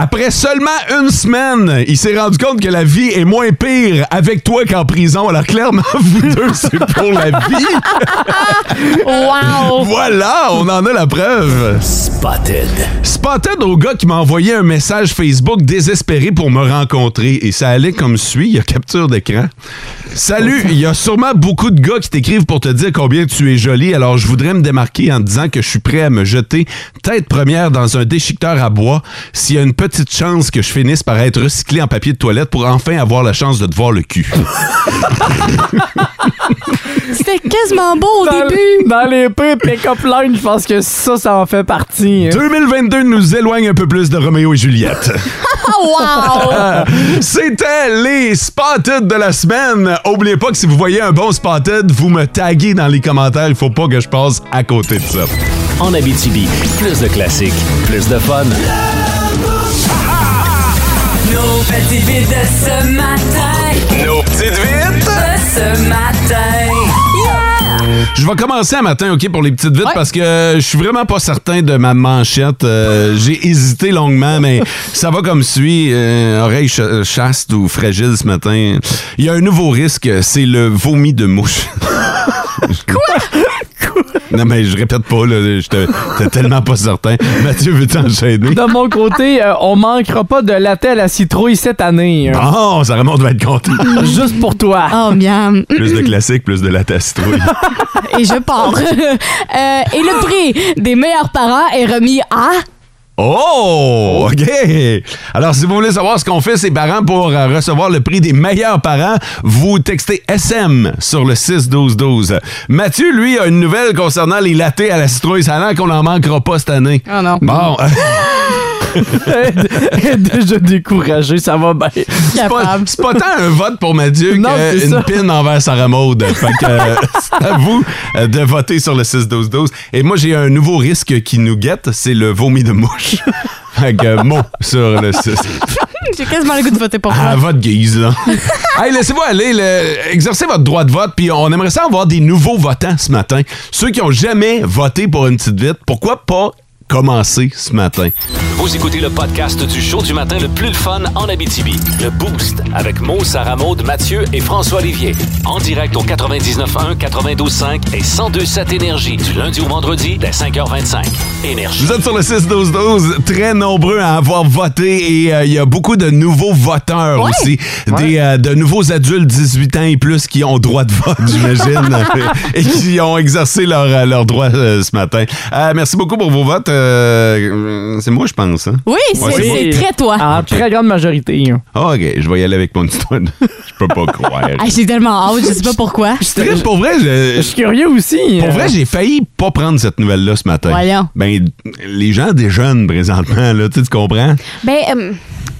[SPEAKER 3] Après seulement une semaine, il s'est rendu compte que la vie est moins pire avec toi qu'en prison. Alors clairement, vous deux, c'est pour la vie.
[SPEAKER 4] Wow!
[SPEAKER 3] Voilà, on en a la preuve.
[SPEAKER 2] Spotted.
[SPEAKER 3] Spotted au gars qui m'a envoyé un message Facebook désespéré pour me rencontrer et ça allait comme suit, il y a capture d'écran. Salut, il y a sûrement beaucoup de gars qui t'écrivent pour te dire combien tu es jolie, alors je voudrais me démarquer en disant que je suis prêt à me jeter tête première dans un déchiqueteur à bois s'il y a une petite petite chance que je finisse par être recyclé en papier de toilette pour enfin avoir la chance de te voir le cul.
[SPEAKER 4] C'était quasiment beau au
[SPEAKER 5] Dans-
[SPEAKER 4] début.
[SPEAKER 5] Dans les peu pick-up line, je pense que ça, ça en fait partie. hein.
[SPEAKER 3] 2022 nous éloigne un peu plus de Roméo et Juliette.
[SPEAKER 4] Oh, wow!
[SPEAKER 3] C'était les spotted de la semaine. Oubliez pas que si vous voyez un bon spotted, vous me taguez dans les commentaires. Il faut pas que je passe à côté de ça.
[SPEAKER 2] En Abitibi, plus de classiques, plus de fun.
[SPEAKER 9] Nos petites vites de ce matin,
[SPEAKER 2] Nos petites vites.
[SPEAKER 9] de ce matin.
[SPEAKER 3] Je vais commencer un matin, OK, pour les petites vites, parce que je suis vraiment pas certain de ma manchette. Euh, J'ai hésité longuement, mais ça va comme suit. Euh, oreille ch- chaste ou fragile ce matin. Il y a un nouveau risque, c'est le vomi de mouche. Quoi? Non, mais je répète pas, là. J'étais j'étais tellement pas certain. Mathieu veut t'enchaîner.
[SPEAKER 5] De mon côté, euh, on manquera pas de latte à la citrouille cette année. hein.
[SPEAKER 3] Bon, Ah, oh, ça remonte, va être content.
[SPEAKER 5] Juste pour toi.
[SPEAKER 3] Ah.
[SPEAKER 5] [laughs]
[SPEAKER 4] Oh, miam.
[SPEAKER 3] Plus de classique, plus de la tastrouille.
[SPEAKER 4] Et je pars. [laughs] Euh, et le prix des meilleurs parents est remis à...
[SPEAKER 3] Oh, OK. Alors, si vous voulez savoir ce qu'ont fait ces parents pour euh, recevoir le prix des meilleurs parents, vous textez SM sur le 6-12-12. Mathieu, lui, a une nouvelle concernant les latés à la citrouille. Ça a l'air qu'on n'en manquera pas cette année.
[SPEAKER 4] Ah non.
[SPEAKER 3] Bon, euh,
[SPEAKER 5] Déjà découragé, ça va bien.
[SPEAKER 3] c'est pas,
[SPEAKER 4] Capable.
[SPEAKER 3] c'est pas tant un vote pour Mathieu
[SPEAKER 5] Non, c'est
[SPEAKER 3] qu'une
[SPEAKER 5] ça.
[SPEAKER 3] pine envers Sarah Maud. Fait que euh, [laughs] c'est à vous euh, de voter sur le 6-12-12. Et moi, j'ai un nouveau risque qui nous guette, c'est le vomi de mouche. [laughs] Fait que euh, mot sur le 6.
[SPEAKER 4] J'ai quasiment le goût de voter pour
[SPEAKER 3] À
[SPEAKER 4] toi.
[SPEAKER 3] votre guise,
[SPEAKER 5] [laughs]
[SPEAKER 3] là. hey, laissez-vous aller, le- exercez votre droit de vote, puis on aimerait ça avoir des nouveaux votants ce matin. Ceux qui ont jamais voté pour une petite vite, pourquoi pas commencer ce matin?
[SPEAKER 2] Vous écoutez le podcast du show du matin le plus le fun en Abitibi. Le Boost avec Mo, Sarah Maud, Mathieu et François Olivier. En direct au 99.1, 92.5 et 102.7 Énergie du lundi au vendredi dès 5h25. Énergie.
[SPEAKER 3] Vous êtes sur le 6-12-12, très nombreux à avoir voté et euh, il y a beaucoup de nouveaux voteurs aussi. Des, euh, de nouveaux adultes 18 ans et plus qui ont droit de vote, j'imagine, et qui ont exercé leur, euh, leur droit euh, ce matin. Euh, merci beaucoup pour vos votes. Euh, c'est moi, je pense. hein?
[SPEAKER 4] Oui, c'est
[SPEAKER 3] Ouais, c'est
[SPEAKER 4] c'est très toi.
[SPEAKER 5] En très grande majorité. hein.
[SPEAKER 3] Ah, OK, je vais y aller avec mon histoire. [laughs] Je peux pas croire.
[SPEAKER 4] Ah, j'ai tellement hâte, je sais pas pourquoi.
[SPEAKER 3] Chris, pour vrai, je-
[SPEAKER 5] Je suis euh, curieux aussi.
[SPEAKER 3] pour vrai, j'ai failli pas prendre cette nouvelle-là ce matin.
[SPEAKER 4] Voyons.
[SPEAKER 3] Ben, les gens déjeunent présentement, là, tu sais, tu comprends?
[SPEAKER 4] Ben, euh,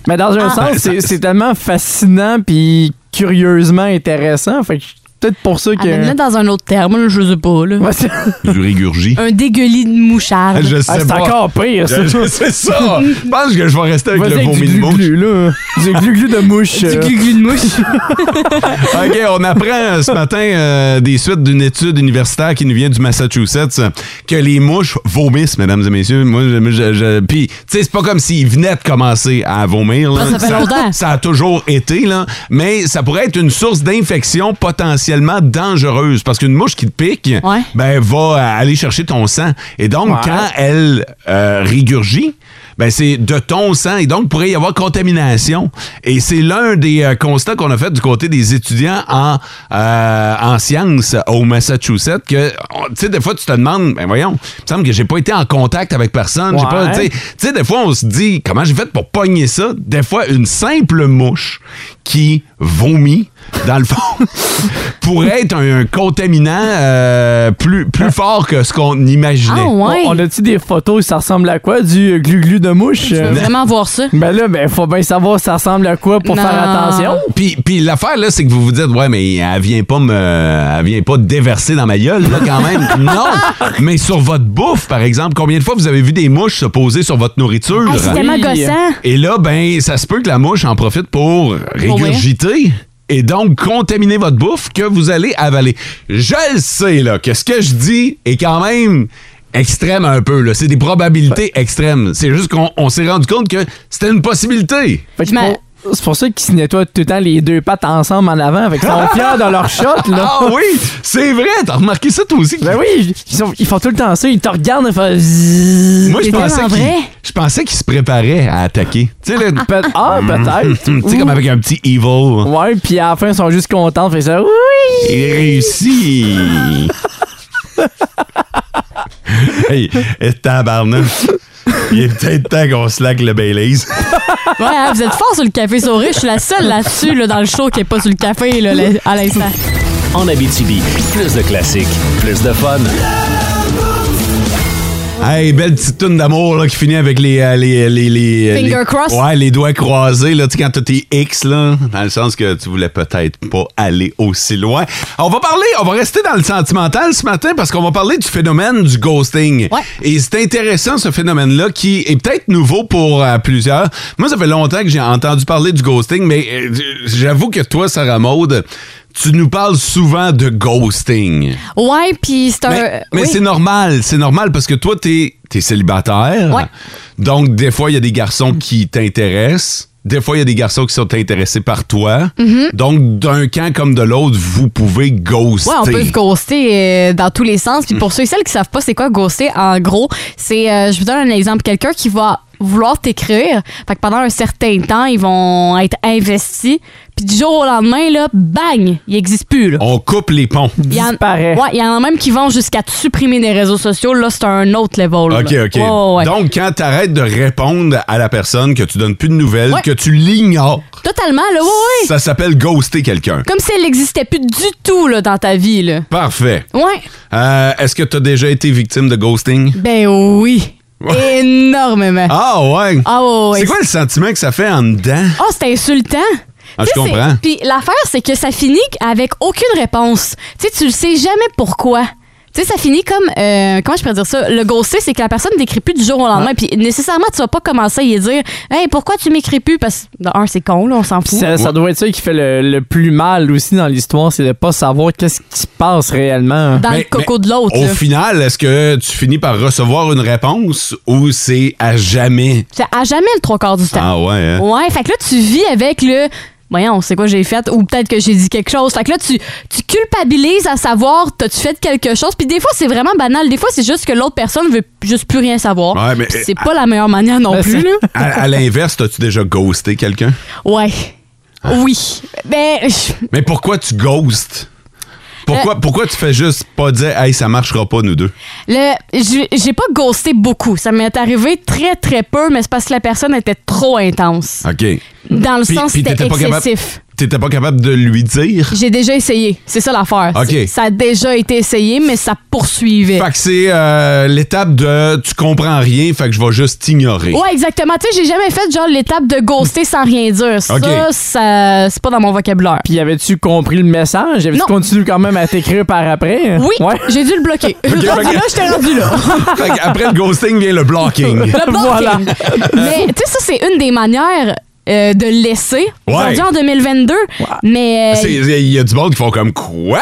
[SPEAKER 5] Mais dans
[SPEAKER 3] Ah.
[SPEAKER 5] un sens, c'est, c'est tellement fascinant puis curieusement intéressant. Fait que je- peut-être pour ça que.
[SPEAKER 4] amène-le Ah, ben, dans un autre terme, là, je sais pas.
[SPEAKER 3] [laughs]
[SPEAKER 4] Là.
[SPEAKER 5] Ouais, c'est,
[SPEAKER 3] Du régurgie.
[SPEAKER 4] Un dégueulis de moucharde.
[SPEAKER 3] Je
[SPEAKER 5] Ah,
[SPEAKER 3] sais
[SPEAKER 5] c'est
[SPEAKER 3] pas.
[SPEAKER 5] encore pire, ça.
[SPEAKER 3] Je- je- C'est ça! Je pense que je vais rester avec
[SPEAKER 5] Vas-y
[SPEAKER 3] le
[SPEAKER 5] avec
[SPEAKER 3] vomi
[SPEAKER 5] du
[SPEAKER 3] de mouche.
[SPEAKER 5] glu-glu, là. Du glu-glu de mouche. euh.
[SPEAKER 4] de
[SPEAKER 5] [laughs]
[SPEAKER 4] mouche.
[SPEAKER 3] OK, on apprend euh, ce matin euh, des suites d'une étude universitaire qui nous vient du Massachusetts euh, que les mouches vomissent, mesdames et messieurs. Moi, je, je- je- puis, tu sais, c'est pas comme s'ils venaient de commencer à vomir. là.
[SPEAKER 4] Ah, ça fait longtemps.
[SPEAKER 3] ça a toujours été, là. Mais ça pourrait être une source d'infection potentiellement dangereuse parce qu'une mouche qui te pique,
[SPEAKER 4] Ouais.
[SPEAKER 3] ben, va euh, aller chercher ton sang. Et donc, quand elle euh, régurgie, ben c'est de ton sang et donc pourrait y avoir contamination. Et c'est l'un des euh, constats qu'on a fait du côté des étudiants en, euh, en sciences au Massachusetts que, on- tu sais, des fois, tu te demandes, ben voyons, il me semble que j'ai pas été en contact avec personne. J'ai pas,
[SPEAKER 5] Ouais.
[SPEAKER 3] tu sais, tu sais, des fois, on se dit, comment j'ai fait pour pogner ça? Des fois, une simple mouche qui vomit, dans le fond, [laughs] pourrait être un, un contaminant euh, plus, plus fort que ce qu'on imaginait.
[SPEAKER 4] Ah ouais.
[SPEAKER 5] On, on a-tu des photos, ça ressemble à quoi? Du euh, glu-glu de mouche?
[SPEAKER 4] Je veux
[SPEAKER 5] euh?
[SPEAKER 4] vraiment voir ça.
[SPEAKER 5] Ben là, ben faut bien savoir ça ressemble à quoi pour
[SPEAKER 4] Non.
[SPEAKER 5] faire attention.
[SPEAKER 3] Puis, puis l'affaire, là, c'est que vous vous dites, ouais, mais elle vient pas me. Elle vient pas déverser dans ma gueule, là, quand même. non! Mais sur votre bouffe, par exemple, combien de fois vous avez vu des mouches se poser sur votre nourriture?
[SPEAKER 4] Ah, c'est tellement
[SPEAKER 5] Oui.
[SPEAKER 4] gossant.
[SPEAKER 3] Et là, ben, ça se peut que la mouche en profite pour régurgiter. Et donc, contaminer votre bouffe que vous allez avaler. Je le sais, là, que ce que je dis est quand même extrême un peu. là. C'est des probabilités extrêmes. C'est juste qu'on on s'est rendu compte que c'était une possibilité.
[SPEAKER 5] Fait que
[SPEAKER 4] Je m'en-
[SPEAKER 5] c'est pour- c'est pour ça qu'ils se nettoient tout le temps les deux pattes ensemble en avant. Fait qu'ils sont fiers de
[SPEAKER 3] [laughs]
[SPEAKER 5] leur shot, là.
[SPEAKER 3] Ah oui, c'est vrai, t'as remarqué ça toi aussi.
[SPEAKER 5] Ben oui, ils, sont- ils font tout le temps ça. Ils te regardent et font zzzz.
[SPEAKER 3] Moi, je
[SPEAKER 4] C'est
[SPEAKER 3] pensais
[SPEAKER 4] tellement
[SPEAKER 3] qu'il-
[SPEAKER 4] vrai.
[SPEAKER 3] je pensais qu'il se préparait à attaquer. Tu sais, là,
[SPEAKER 5] Peut-
[SPEAKER 3] [laughs]
[SPEAKER 5] ah, peut-être.
[SPEAKER 3] Mm. tu sais, comme avec un petit evil.
[SPEAKER 5] Ouais, puis à la fin, ils sont juste contents. Fait ça, oui!
[SPEAKER 3] Il réussit.
[SPEAKER 4] [laughs]
[SPEAKER 3] hey, et tabarnak. Il est peut-être temps qu'on slack le Baileys.
[SPEAKER 4] Ouais, hein, vous êtes fort sur le café souris. Je suis la seule là-dessus là, dans le show qui est pas sur le café là, là, à l'instant.
[SPEAKER 2] En Abitibi, plus de classiques, plus de fun.
[SPEAKER 3] Hey, belle petite tune d'amour là, qui finit avec les. euh, les, les, les
[SPEAKER 4] Finger
[SPEAKER 3] les-
[SPEAKER 4] crossed.
[SPEAKER 3] Ouais, les doigts croisés, là, tu sais, quand t'as tes X, là, dans le sens que tu voulais peut-être pas aller aussi loin. On va parler, on va rester dans le sentimental ce matin parce qu'on va parler du phénomène du ghosting.
[SPEAKER 4] Ouais.
[SPEAKER 3] Et c'est intéressant ce phénomène-là qui est peut-être nouveau pour euh, plusieurs. Moi, ça fait longtemps que j'ai entendu parler du ghosting, mais euh, j'avoue que toi, Sarah Maude, tu nous parles souvent de ghosting.
[SPEAKER 4] Ouais, puis c'est un.
[SPEAKER 3] Mais, mais
[SPEAKER 4] oui.
[SPEAKER 3] c'est normal, c'est normal parce que toi, t'es es célibataire.
[SPEAKER 4] Ouais.
[SPEAKER 3] Donc, des fois, il y a des garçons qui t'intéressent. Des fois, il y a des garçons qui sont intéressés par toi. Donc, d'un camp comme de l'autre, vous pouvez ghoster.
[SPEAKER 4] Mm-hmm.
[SPEAKER 3] Mm.
[SPEAKER 4] Ouais, on peut se ghoster euh, dans tous les sens. Puis pour ceux et celles qui savent pas c'est quoi ghoster, en gros, c'est, euh, je vous donne un exemple, quelqu'un qui va vouloir t'écrire, fait que pendant un certain temps, ils vont être investis, puis du jour au lendemain, là, bang, il existe plus, là.
[SPEAKER 3] On coupe les
[SPEAKER 4] [laughs]
[SPEAKER 3] ponts.
[SPEAKER 4] Il y en-
[SPEAKER 5] disparaît.
[SPEAKER 4] Ouais, il y en a même qui vont jusqu'à te supprimer des réseaux sociaux. Là, c'est un autre level. là.
[SPEAKER 3] OK, OK.
[SPEAKER 4] Ouais, ouais, ouais.
[SPEAKER 3] Donc, quand t'arrêtes de répondre à la personne, que tu donnes plus de nouvelles,
[SPEAKER 4] Ouais.
[SPEAKER 3] que tu l'ignores,
[SPEAKER 4] Totalement, là, ouais, ouais.
[SPEAKER 3] ça s'appelle ghoster quelqu'un.
[SPEAKER 4] Comme si elle n'existait plus du tout, là, dans ta vie, là.
[SPEAKER 3] Parfait.
[SPEAKER 4] Ouais.
[SPEAKER 3] Euh, Est-ce que t'as déjà été victime de ghosting?
[SPEAKER 4] Ben oui. Énormément.
[SPEAKER 3] Ah ouais!
[SPEAKER 4] Ah ouais, ouais.
[SPEAKER 3] C'est quoi le sentiment que ça fait en dedans?
[SPEAKER 4] Ah, c'est insultant.
[SPEAKER 3] Ah, je
[SPEAKER 4] Tu sais, c'est-
[SPEAKER 3] comprends.
[SPEAKER 4] Puis l'affaire, c'est que ça finit avec aucune réponse. Tu sais, tu le sais jamais pourquoi. Tu sais, ça finit comme. euh, comment je peux dire ça? Le ghoster, c'est que la personne n'écrit plus du jour au lendemain. Puis nécessairement, tu vas pas commencer à y dire Hey, pourquoi tu m'écris plus? Parce que, de un, c'est con, là, on s'en
[SPEAKER 5] Puis
[SPEAKER 4] fout.
[SPEAKER 5] ça, ça doit être ça qui fait le, le plus mal aussi dans l'histoire, c'est de pas savoir qu'est-ce qui se passe réellement.
[SPEAKER 4] Dans
[SPEAKER 3] Mais-
[SPEAKER 4] le coco
[SPEAKER 3] mais
[SPEAKER 4] de l'autre.
[SPEAKER 3] Au
[SPEAKER 4] là.
[SPEAKER 3] final, est-ce que tu finis par recevoir une réponse ou c'est à jamais?
[SPEAKER 4] C'est à jamais le trois quarts du temps.
[SPEAKER 3] Ah ouais, hein?
[SPEAKER 4] Ouais, fait que là, tu vis avec le. Voyons, c'est quoi j'ai fait? Ou peut-être que j'ai dit quelque chose. Fait que là, tu, tu culpabilises à savoir, t'as-tu fait quelque chose? Puis des fois, c'est vraiment banal. Des fois, c'est juste que l'autre personne veut juste plus rien savoir.
[SPEAKER 3] Ouais, mais- euh,
[SPEAKER 4] Puis c'est pas la meilleure manière non
[SPEAKER 5] Ben,
[SPEAKER 4] plus,
[SPEAKER 5] c'est-
[SPEAKER 4] là.
[SPEAKER 3] À, à l'inverse, as-tu déjà ghosté quelqu'un?
[SPEAKER 4] Ouais.
[SPEAKER 3] Ah.
[SPEAKER 4] Oui. Ben, je-
[SPEAKER 3] Mais pourquoi tu ghostes? Pourquoi,
[SPEAKER 4] Euh,
[SPEAKER 3] pourquoi tu fais juste pas dire, hey, ça marchera pas, nous deux?
[SPEAKER 4] le, j'ai- j'ai pas ghosté beaucoup. Ça m'est arrivé très, très peu, mais c'est parce que la personne était trop intense.
[SPEAKER 3] OK.
[SPEAKER 4] Dans le
[SPEAKER 3] Puis-
[SPEAKER 4] sens,
[SPEAKER 3] puis
[SPEAKER 4] c'était
[SPEAKER 3] t'étais pas capable-
[SPEAKER 4] excessif.
[SPEAKER 3] T'étais pas capable de lui dire?
[SPEAKER 4] J'ai déjà essayé. C'est ça l'affaire.
[SPEAKER 3] Ok.
[SPEAKER 4] C'est- Ça a déjà été essayé, mais ça poursuivait.
[SPEAKER 3] Fait que c'est euh, l'étape de tu comprends rien, fait que je vais juste t'ignorer.
[SPEAKER 4] Ouais, exactement. Tu sais, j'ai jamais fait genre l'étape de ghoster sans rien dire. Ça,
[SPEAKER 3] Ok.
[SPEAKER 4] ça c'est pas dans mon vocabulaire.
[SPEAKER 5] Puis avais-tu compris le message? Avais-tu
[SPEAKER 4] Non.
[SPEAKER 5] continué quand même à t'écrire par après?
[SPEAKER 4] Oui,
[SPEAKER 5] Ouais.
[SPEAKER 4] j'ai dû le bloquer. Rendu
[SPEAKER 3] [laughs] ok.
[SPEAKER 4] là, j'étais rendu là.
[SPEAKER 3] Fait que après le ghosting vient le
[SPEAKER 4] [laughs]
[SPEAKER 3] blocking.
[SPEAKER 5] [laughs]
[SPEAKER 4] Le blocking.
[SPEAKER 5] Voilà.
[SPEAKER 4] Mais tu sais, ça, c'est une des manières euh, de laisser. Aujourd'hui, en 2022. Mais.
[SPEAKER 3] C'est-
[SPEAKER 4] euh,
[SPEAKER 3] Il y a du monde qui font comme quoi?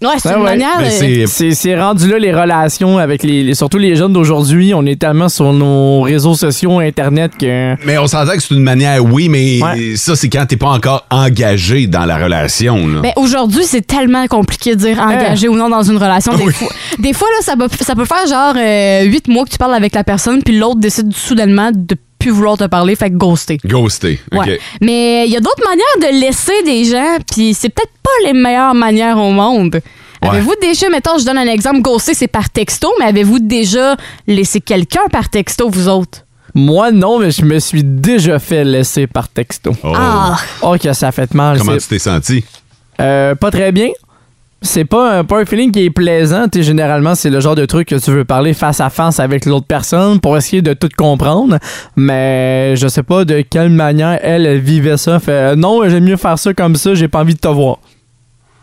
[SPEAKER 4] ouais, c'est
[SPEAKER 5] Ouais,
[SPEAKER 4] une
[SPEAKER 5] ouais.
[SPEAKER 4] manière.
[SPEAKER 3] Mais
[SPEAKER 4] euh,
[SPEAKER 3] c'est-
[SPEAKER 5] C'est c'est rendu là les relations avec les, les- surtout les jeunes d'aujourd'hui. On est tellement sur nos réseaux sociaux, Internet que.
[SPEAKER 3] Mais on s'entend que c'est une manière, oui, mais
[SPEAKER 5] Ouais.
[SPEAKER 3] ça, c'est quand t'es pas encore engagé dans la relation. Là.
[SPEAKER 4] Ben, aujourd'hui, c'est tellement compliqué de dire engagé
[SPEAKER 3] Hein?
[SPEAKER 4] ou non dans une relation. Des, fois, des fois, là, ça, peut, ça peut faire genre euh, huit mois que tu parles avec la personne, puis l'autre décide soudainement de plus vouloir te parler, fait que ghoster.
[SPEAKER 3] Ghosté. OK.
[SPEAKER 4] Ouais. Mais il y a d'autres manières de laisser des gens, puis c'est peut-être pas les meilleures manières au monde.
[SPEAKER 3] Ouais.
[SPEAKER 4] Avez-vous déjà, mettons, je donne un exemple, gosser, c'est par texto, mais avez-vous déjà laissé quelqu'un par texto, vous autres?
[SPEAKER 5] Moi non, mais je me suis déjà fait laisser par texto.
[SPEAKER 3] Oh.
[SPEAKER 4] Ah!
[SPEAKER 5] Oh que ça a fait mal.
[SPEAKER 3] Comment
[SPEAKER 5] c'est-
[SPEAKER 3] tu t'es senti?
[SPEAKER 5] Euh, pas très bien. C'est pas un, pas un feeling qui est plaisant. T'sais, généralement, c'est le genre de truc que tu veux parler face à face avec l'autre personne pour essayer de tout comprendre. Mais je sais pas de quelle manière elle, elle vivait ça. Fait euh, non, j'aime mieux faire ça comme ça, j'ai pas envie de te voir.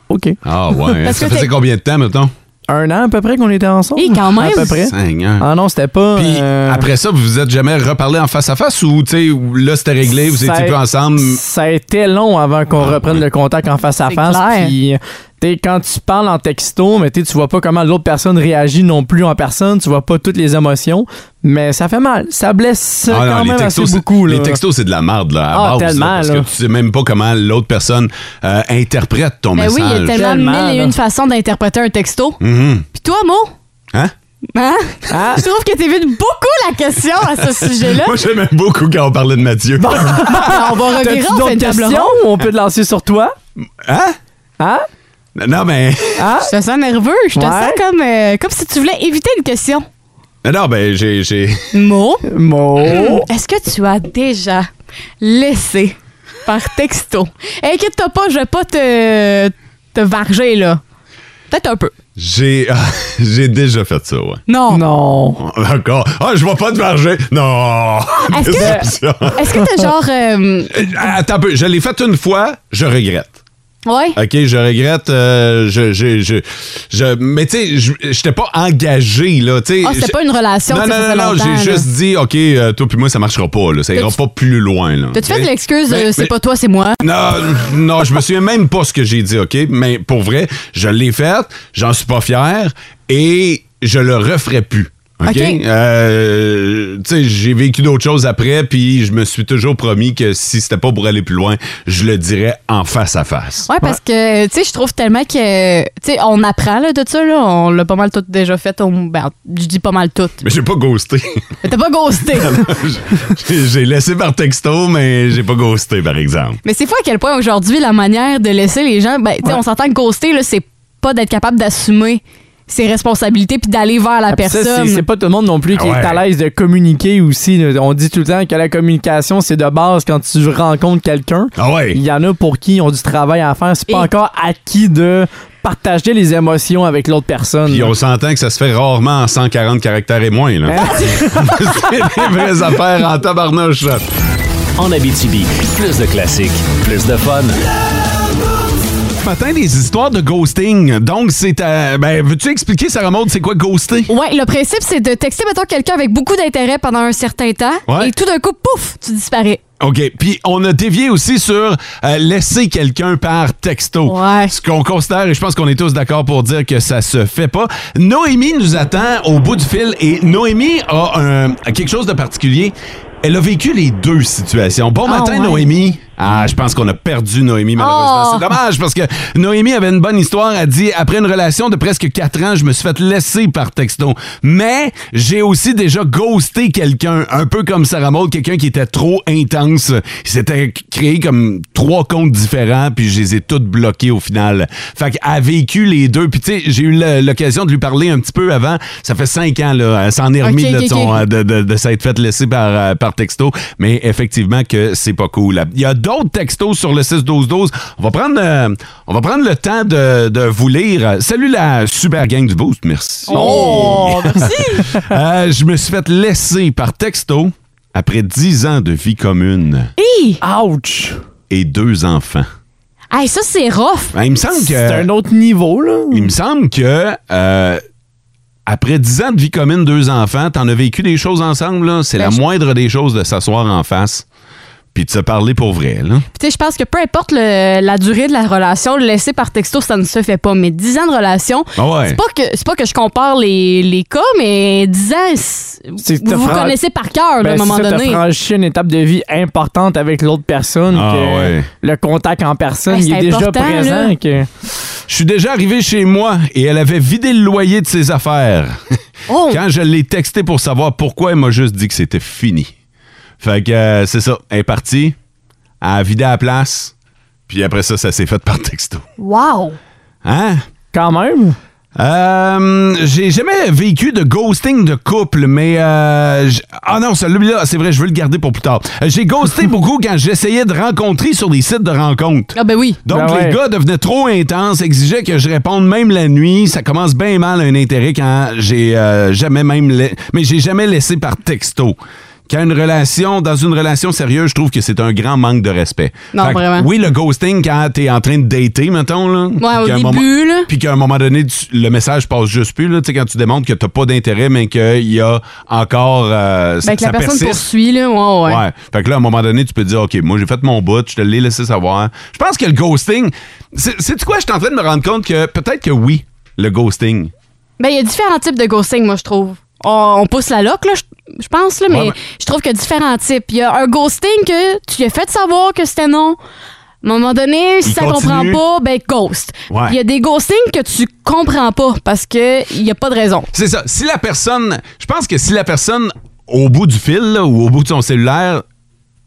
[SPEAKER 5] OK.
[SPEAKER 3] Ah ouais. hein.
[SPEAKER 4] Parce
[SPEAKER 3] ça
[SPEAKER 4] que
[SPEAKER 3] faisait
[SPEAKER 4] t'es-
[SPEAKER 3] combien de temps, mettons?
[SPEAKER 5] Un an à peu près qu'on était ensemble.
[SPEAKER 4] Eh, quand même.
[SPEAKER 5] À peu près.
[SPEAKER 3] Seigneur.
[SPEAKER 5] Ah non, c'était pas.
[SPEAKER 3] Puis
[SPEAKER 5] euh,
[SPEAKER 3] après ça, vous vous êtes jamais reparlé en face à face ou, tu sais, où là, c'était réglé, vous
[SPEAKER 5] Ça
[SPEAKER 3] étiez
[SPEAKER 5] a-
[SPEAKER 3] plus ensemble? Ah,
[SPEAKER 5] Ça a été long avant qu'on reprenne le contact en face à
[SPEAKER 4] C'est
[SPEAKER 5] face.
[SPEAKER 4] clair.
[SPEAKER 5] Puis, euh, t'sais, quand tu parles en texto, mais t'sais, tu vois pas comment l'autre personne réagit non plus en personne. Tu vois pas toutes les émotions. Mais ça fait mal. Ça blesse
[SPEAKER 3] Ah
[SPEAKER 5] quand
[SPEAKER 3] non,
[SPEAKER 5] même assez
[SPEAKER 3] c'est-
[SPEAKER 5] beaucoup.
[SPEAKER 3] les
[SPEAKER 5] là.
[SPEAKER 3] textos, c'est de la merde, là, à
[SPEAKER 5] Ah,
[SPEAKER 3] base, là,
[SPEAKER 5] tellement,
[SPEAKER 3] parce
[SPEAKER 5] là.
[SPEAKER 3] que tu sais même pas comment l'autre personne euh, interprète ton
[SPEAKER 4] Ben oui, il y a
[SPEAKER 3] message.
[SPEAKER 4] tellement,
[SPEAKER 5] Tellement,
[SPEAKER 4] mille et
[SPEAKER 5] là.
[SPEAKER 4] une façons d'interpréter un texto.
[SPEAKER 3] Mhm.
[SPEAKER 4] Puis toi, Mo?
[SPEAKER 3] Hein?
[SPEAKER 4] Hein?
[SPEAKER 5] Mm. Ah.
[SPEAKER 4] [laughs] Je trouve que t'évites beaucoup la question à ce sujet-là.
[SPEAKER 5] [laughs]
[SPEAKER 3] Moi, j'aimais beaucoup quand on parlait de Mathieu.
[SPEAKER 4] Ben, on va
[SPEAKER 5] T'as-tu
[SPEAKER 4] revirer, on fait
[SPEAKER 5] d'autres
[SPEAKER 4] une table
[SPEAKER 5] questions?
[SPEAKER 4] ronde.
[SPEAKER 5] On peut te lancer sur toi?
[SPEAKER 3] Hein?
[SPEAKER 5] Hein?
[SPEAKER 3] Non, mais...
[SPEAKER 5] Hein?
[SPEAKER 4] Je te sens nerveux, je te
[SPEAKER 5] Ouais.
[SPEAKER 4] sens comme, euh, comme si tu voulais éviter une question.
[SPEAKER 3] Mais non, ben, j'ai. j'ai- [laughs]
[SPEAKER 4] Mo,
[SPEAKER 5] Mo.
[SPEAKER 4] Hmm. est-ce que tu as déjà laissé par texto? Inquiète-toi pas, je vais pas te, te varger, là. Peut-être un peu.
[SPEAKER 3] J'ai. euh, [laughs] j'ai déjà fait ça, ouais.
[SPEAKER 4] Non.
[SPEAKER 5] Non.
[SPEAKER 3] D'accord. Ah, je vais pas te varger. Non!
[SPEAKER 4] Est-ce que-
[SPEAKER 3] Déception.
[SPEAKER 4] Est-ce que t'as genre. euh,
[SPEAKER 3] Euh, Attends un peu. Je l'ai fait une fois, je regrette.
[SPEAKER 4] ouais?
[SPEAKER 3] OK, je regrette. euh, je, je, je, je- mais tu sais, je n'étais pas engagé, là. tu sais.
[SPEAKER 4] Ah, c'était
[SPEAKER 3] Je-
[SPEAKER 4] pas une relation,
[SPEAKER 3] Non,
[SPEAKER 4] tu sais,
[SPEAKER 3] non, non,
[SPEAKER 4] ça
[SPEAKER 3] non,
[SPEAKER 4] fait longtemps,
[SPEAKER 3] j'ai
[SPEAKER 4] là.
[SPEAKER 3] juste dit, OK, euh, toi puis moi, ça marchera pas, là. Ça ira
[SPEAKER 4] T'as-tu-
[SPEAKER 3] pas plus loin, là.
[SPEAKER 4] T'as-tu
[SPEAKER 3] OK?
[SPEAKER 4] fait de l'excuse,
[SPEAKER 3] Mais-
[SPEAKER 4] euh, c'est
[SPEAKER 3] mais-
[SPEAKER 4] pas toi, c'est moi?
[SPEAKER 3] Non, non, je me souviens même pas ce que j'ai dit, OK? Mais pour vrai, je l'ai faite, j'en suis pas fier et je le referai plus. OK?
[SPEAKER 4] OK.
[SPEAKER 3] Euh, tu sais, j'ai vécu d'autres choses après, puis je me suis toujours promis que si c'était pas pour aller plus loin, je le dirais en face à face.
[SPEAKER 4] Ouais, parce que, tu sais, je trouve tellement que, tu sais, on apprend là, de ça, là. On l'a pas mal tout déjà fait. au- ben, je dis pas
[SPEAKER 3] [laughs]
[SPEAKER 4] mal tout.
[SPEAKER 3] Mais j'ai pas
[SPEAKER 5] [laughs]
[SPEAKER 3] ghosté.
[SPEAKER 4] Mais t'as pas ghosté.
[SPEAKER 3] [laughs] J'ai- j'ai laissé par texto, mais j'ai pas ghosté, par exemple.
[SPEAKER 4] Mais c'est fou à quel point aujourd'hui, la manière de laisser les gens. Ben, tu sais, on s'entend que ghoster, là, c'est pas d'être capable d'assumer ses responsabilités puis d'aller vers la
[SPEAKER 5] Ah, Puis ça, c'est-
[SPEAKER 4] personne.
[SPEAKER 5] C'est pas tout le monde non plus qui
[SPEAKER 3] Ah ouais.
[SPEAKER 5] est à l'aise de communiquer aussi. là. On dit tout le temps que la communication, c'est de base quand tu rencontres quelqu'un.
[SPEAKER 3] Ah
[SPEAKER 5] Il
[SPEAKER 3] ouais?
[SPEAKER 5] y en a pour qui ils ont du travail à faire. C'est pas
[SPEAKER 4] Et-
[SPEAKER 5] encore acquis de partager les émotions avec l'autre personne.
[SPEAKER 3] Puis on s'entend que ça se fait rarement en 140 caractères et moins,
[SPEAKER 5] Hein?
[SPEAKER 3] là. [laughs]
[SPEAKER 4] [laughs]
[SPEAKER 5] [laughs]
[SPEAKER 3] C'est des vraies affaires en tabarnouche, là.
[SPEAKER 2] En Abitibi, plus de classiques, plus de fun.
[SPEAKER 3] Ce matin, des histoires de ghosting. Donc, c'est. euh, ben, veux-tu expliquer, Sarah Maud, c'est quoi ghoster?
[SPEAKER 4] Ouais, le principe, c'est de texter, mettons, quelqu'un avec beaucoup d'intérêt pendant un certain temps.
[SPEAKER 3] Ouais.
[SPEAKER 4] Et tout d'un coup, pouf, tu disparais.
[SPEAKER 3] OK. Puis, on a dévié aussi sur euh, laisser quelqu'un par texto.
[SPEAKER 4] Ouais.
[SPEAKER 3] Ce qu'on considère, et je pense qu'on est tous d'accord pour dire que ça se fait pas. Noémie nous attend au bout du fil et Noémie a un- quelque chose de particulier. Elle a vécu les deux situations. Bon
[SPEAKER 4] Ah,
[SPEAKER 3] matin,
[SPEAKER 4] ouais.
[SPEAKER 3] Noémie. Ah, je pense qu'on a perdu Noémie, malheureusement.
[SPEAKER 4] Oh.
[SPEAKER 3] C'est dommage parce que Noémie avait une bonne histoire. Elle dit Après une relation de presque quatre ans, je me suis fait laisser par texto. Mais j'ai aussi déjà ghosté quelqu'un, un peu comme Sarah Maud, quelqu'un qui était trop intense. Il s'était créé comme trois comptes différents, puis je les ai tous bloqués au final. Fait qu'elle a vécu les deux. Puis tu sais, j'ai eu le- l'occasion de lui parler un petit peu avant. Ça fait cinq ans, là. Elle s'en est
[SPEAKER 4] Ok,
[SPEAKER 3] remise là, de
[SPEAKER 4] ok,
[SPEAKER 3] son- euh,
[SPEAKER 4] ok.
[SPEAKER 3] de, de, de s'être fait laisser par, euh, par texto, mais effectivement que c'est pas cool. Il y a d'autres textos sur le 6-12-12. On va prendre, euh, on va prendre le temps de, de vous lire. Salut la super gang du Boost, merci.
[SPEAKER 4] Oh, merci.
[SPEAKER 3] Euh, je me suis fait laisser par texto après 10 ans de vie commune
[SPEAKER 4] Hi!
[SPEAKER 5] Ouch!
[SPEAKER 3] et deux enfants.
[SPEAKER 4] Hey, ça, c'est rough.
[SPEAKER 3] Ben, il me semble que...
[SPEAKER 5] C'est un autre niveau, là.
[SPEAKER 3] Il me semble que euh, après 10 ans de vie commune, deux enfants, t'en as vécu des choses ensemble, là. C'est la moindre des choses de s'asseoir en face puis de se parler pour vrai, là.
[SPEAKER 4] Puis, tu sais, je pense que peu importe le- la durée de la relation, le laisser par texto, ça ne se fait pas. Mais 10 ans de relation,
[SPEAKER 3] Ah ouais.
[SPEAKER 4] c'est pas que c'est pas que je compare les, les cas, mais 10 ans, c'est-
[SPEAKER 5] C'est-
[SPEAKER 4] vous
[SPEAKER 5] t'as
[SPEAKER 4] vous
[SPEAKER 5] fran-
[SPEAKER 4] connaissez par cœur là, à un
[SPEAKER 5] Ben,
[SPEAKER 4] moment
[SPEAKER 5] c'est ça,
[SPEAKER 4] donné.
[SPEAKER 5] T'as franchi une étape de vie importante avec l'autre personne.
[SPEAKER 3] Ah,
[SPEAKER 5] que
[SPEAKER 3] ouais.
[SPEAKER 5] Le contact en personne,
[SPEAKER 4] Ben,
[SPEAKER 5] il
[SPEAKER 4] c'est
[SPEAKER 5] est déjà
[SPEAKER 4] important,
[SPEAKER 5] présent.
[SPEAKER 4] là.
[SPEAKER 5] que-
[SPEAKER 3] Je suis déjà arrivé chez moi et elle avait vidé le loyer de ses affaires.
[SPEAKER 4] Oh,
[SPEAKER 3] Quand je l'ai texté pour savoir pourquoi, elle m'a juste dit que c'était fini. Fait que euh, c'est ça. Elle est partie, elle a vidé la place, puis après ça, ça s'est fait par texto.
[SPEAKER 4] wow!
[SPEAKER 3] Hein?
[SPEAKER 5] Quand même.
[SPEAKER 3] Euh, j'ai jamais vécu de ghosting de couple, mais euh, j- ah non, celui-là, c'est vrai, je veux le garder pour plus tard. Euh, J'ai ghosté [laughs] beaucoup quand j'essayais de rencontrer sur des sites de rencontres.
[SPEAKER 4] Ah ben oui.
[SPEAKER 3] Donc
[SPEAKER 5] Ben ouais.
[SPEAKER 3] les gars devenaient trop intenses, exigeaient que je réponde même la nuit. Ça commence bien mal un intérêt quand j'ai euh, jamais même la- mais j'ai jamais laissé par texto. Quand une relation, dans une relation sérieuse, je trouve que c'est un grand manque de respect.
[SPEAKER 4] Non,
[SPEAKER 3] Fait que,
[SPEAKER 4] vraiment.
[SPEAKER 3] Oui, le ghosting quand t'es en train de dater, mettons là.
[SPEAKER 4] Ouais, au
[SPEAKER 3] qu'à un
[SPEAKER 4] début,
[SPEAKER 3] moment-
[SPEAKER 4] là. [laughs]
[SPEAKER 3] puis qu'à un moment donné, tu- le message passe juste plus. Là, Tu sais, quand tu démontres que tu pas d'intérêt, mais qu'il y a encore. euh, ça-
[SPEAKER 4] Ben, que
[SPEAKER 3] ça
[SPEAKER 4] la personne
[SPEAKER 3] persiste.
[SPEAKER 4] poursuit, là. Ouais, ouais.
[SPEAKER 3] Ouais. Fait que là, à un moment donné, tu peux te dire, OK, moi, j'ai fait mon bout, je te l'ai laissé savoir. Je pense que le ghosting. C'est quoi? Je suis en train de me rendre compte que peut-être que oui, le ghosting.
[SPEAKER 4] Ben, il y a différents types de ghosting, moi, je trouve. On, on pousse la loque, là, je- je pense, là, mais
[SPEAKER 3] ouais.
[SPEAKER 4] je trouve qu'il y a différents types. Il y a un ghosting que tu lui as fait savoir que c'était non. À un moment donné, si
[SPEAKER 3] Il
[SPEAKER 4] ça
[SPEAKER 3] continue.
[SPEAKER 4] comprend pas, ben ghost.
[SPEAKER 3] Ouais.
[SPEAKER 4] Il y a des ghostings que tu comprends pas parce que il y a pas de raison.
[SPEAKER 3] C'est ça. Si la personne. Je pense que si la personne, au bout du fil là, ou au bout de son cellulaire,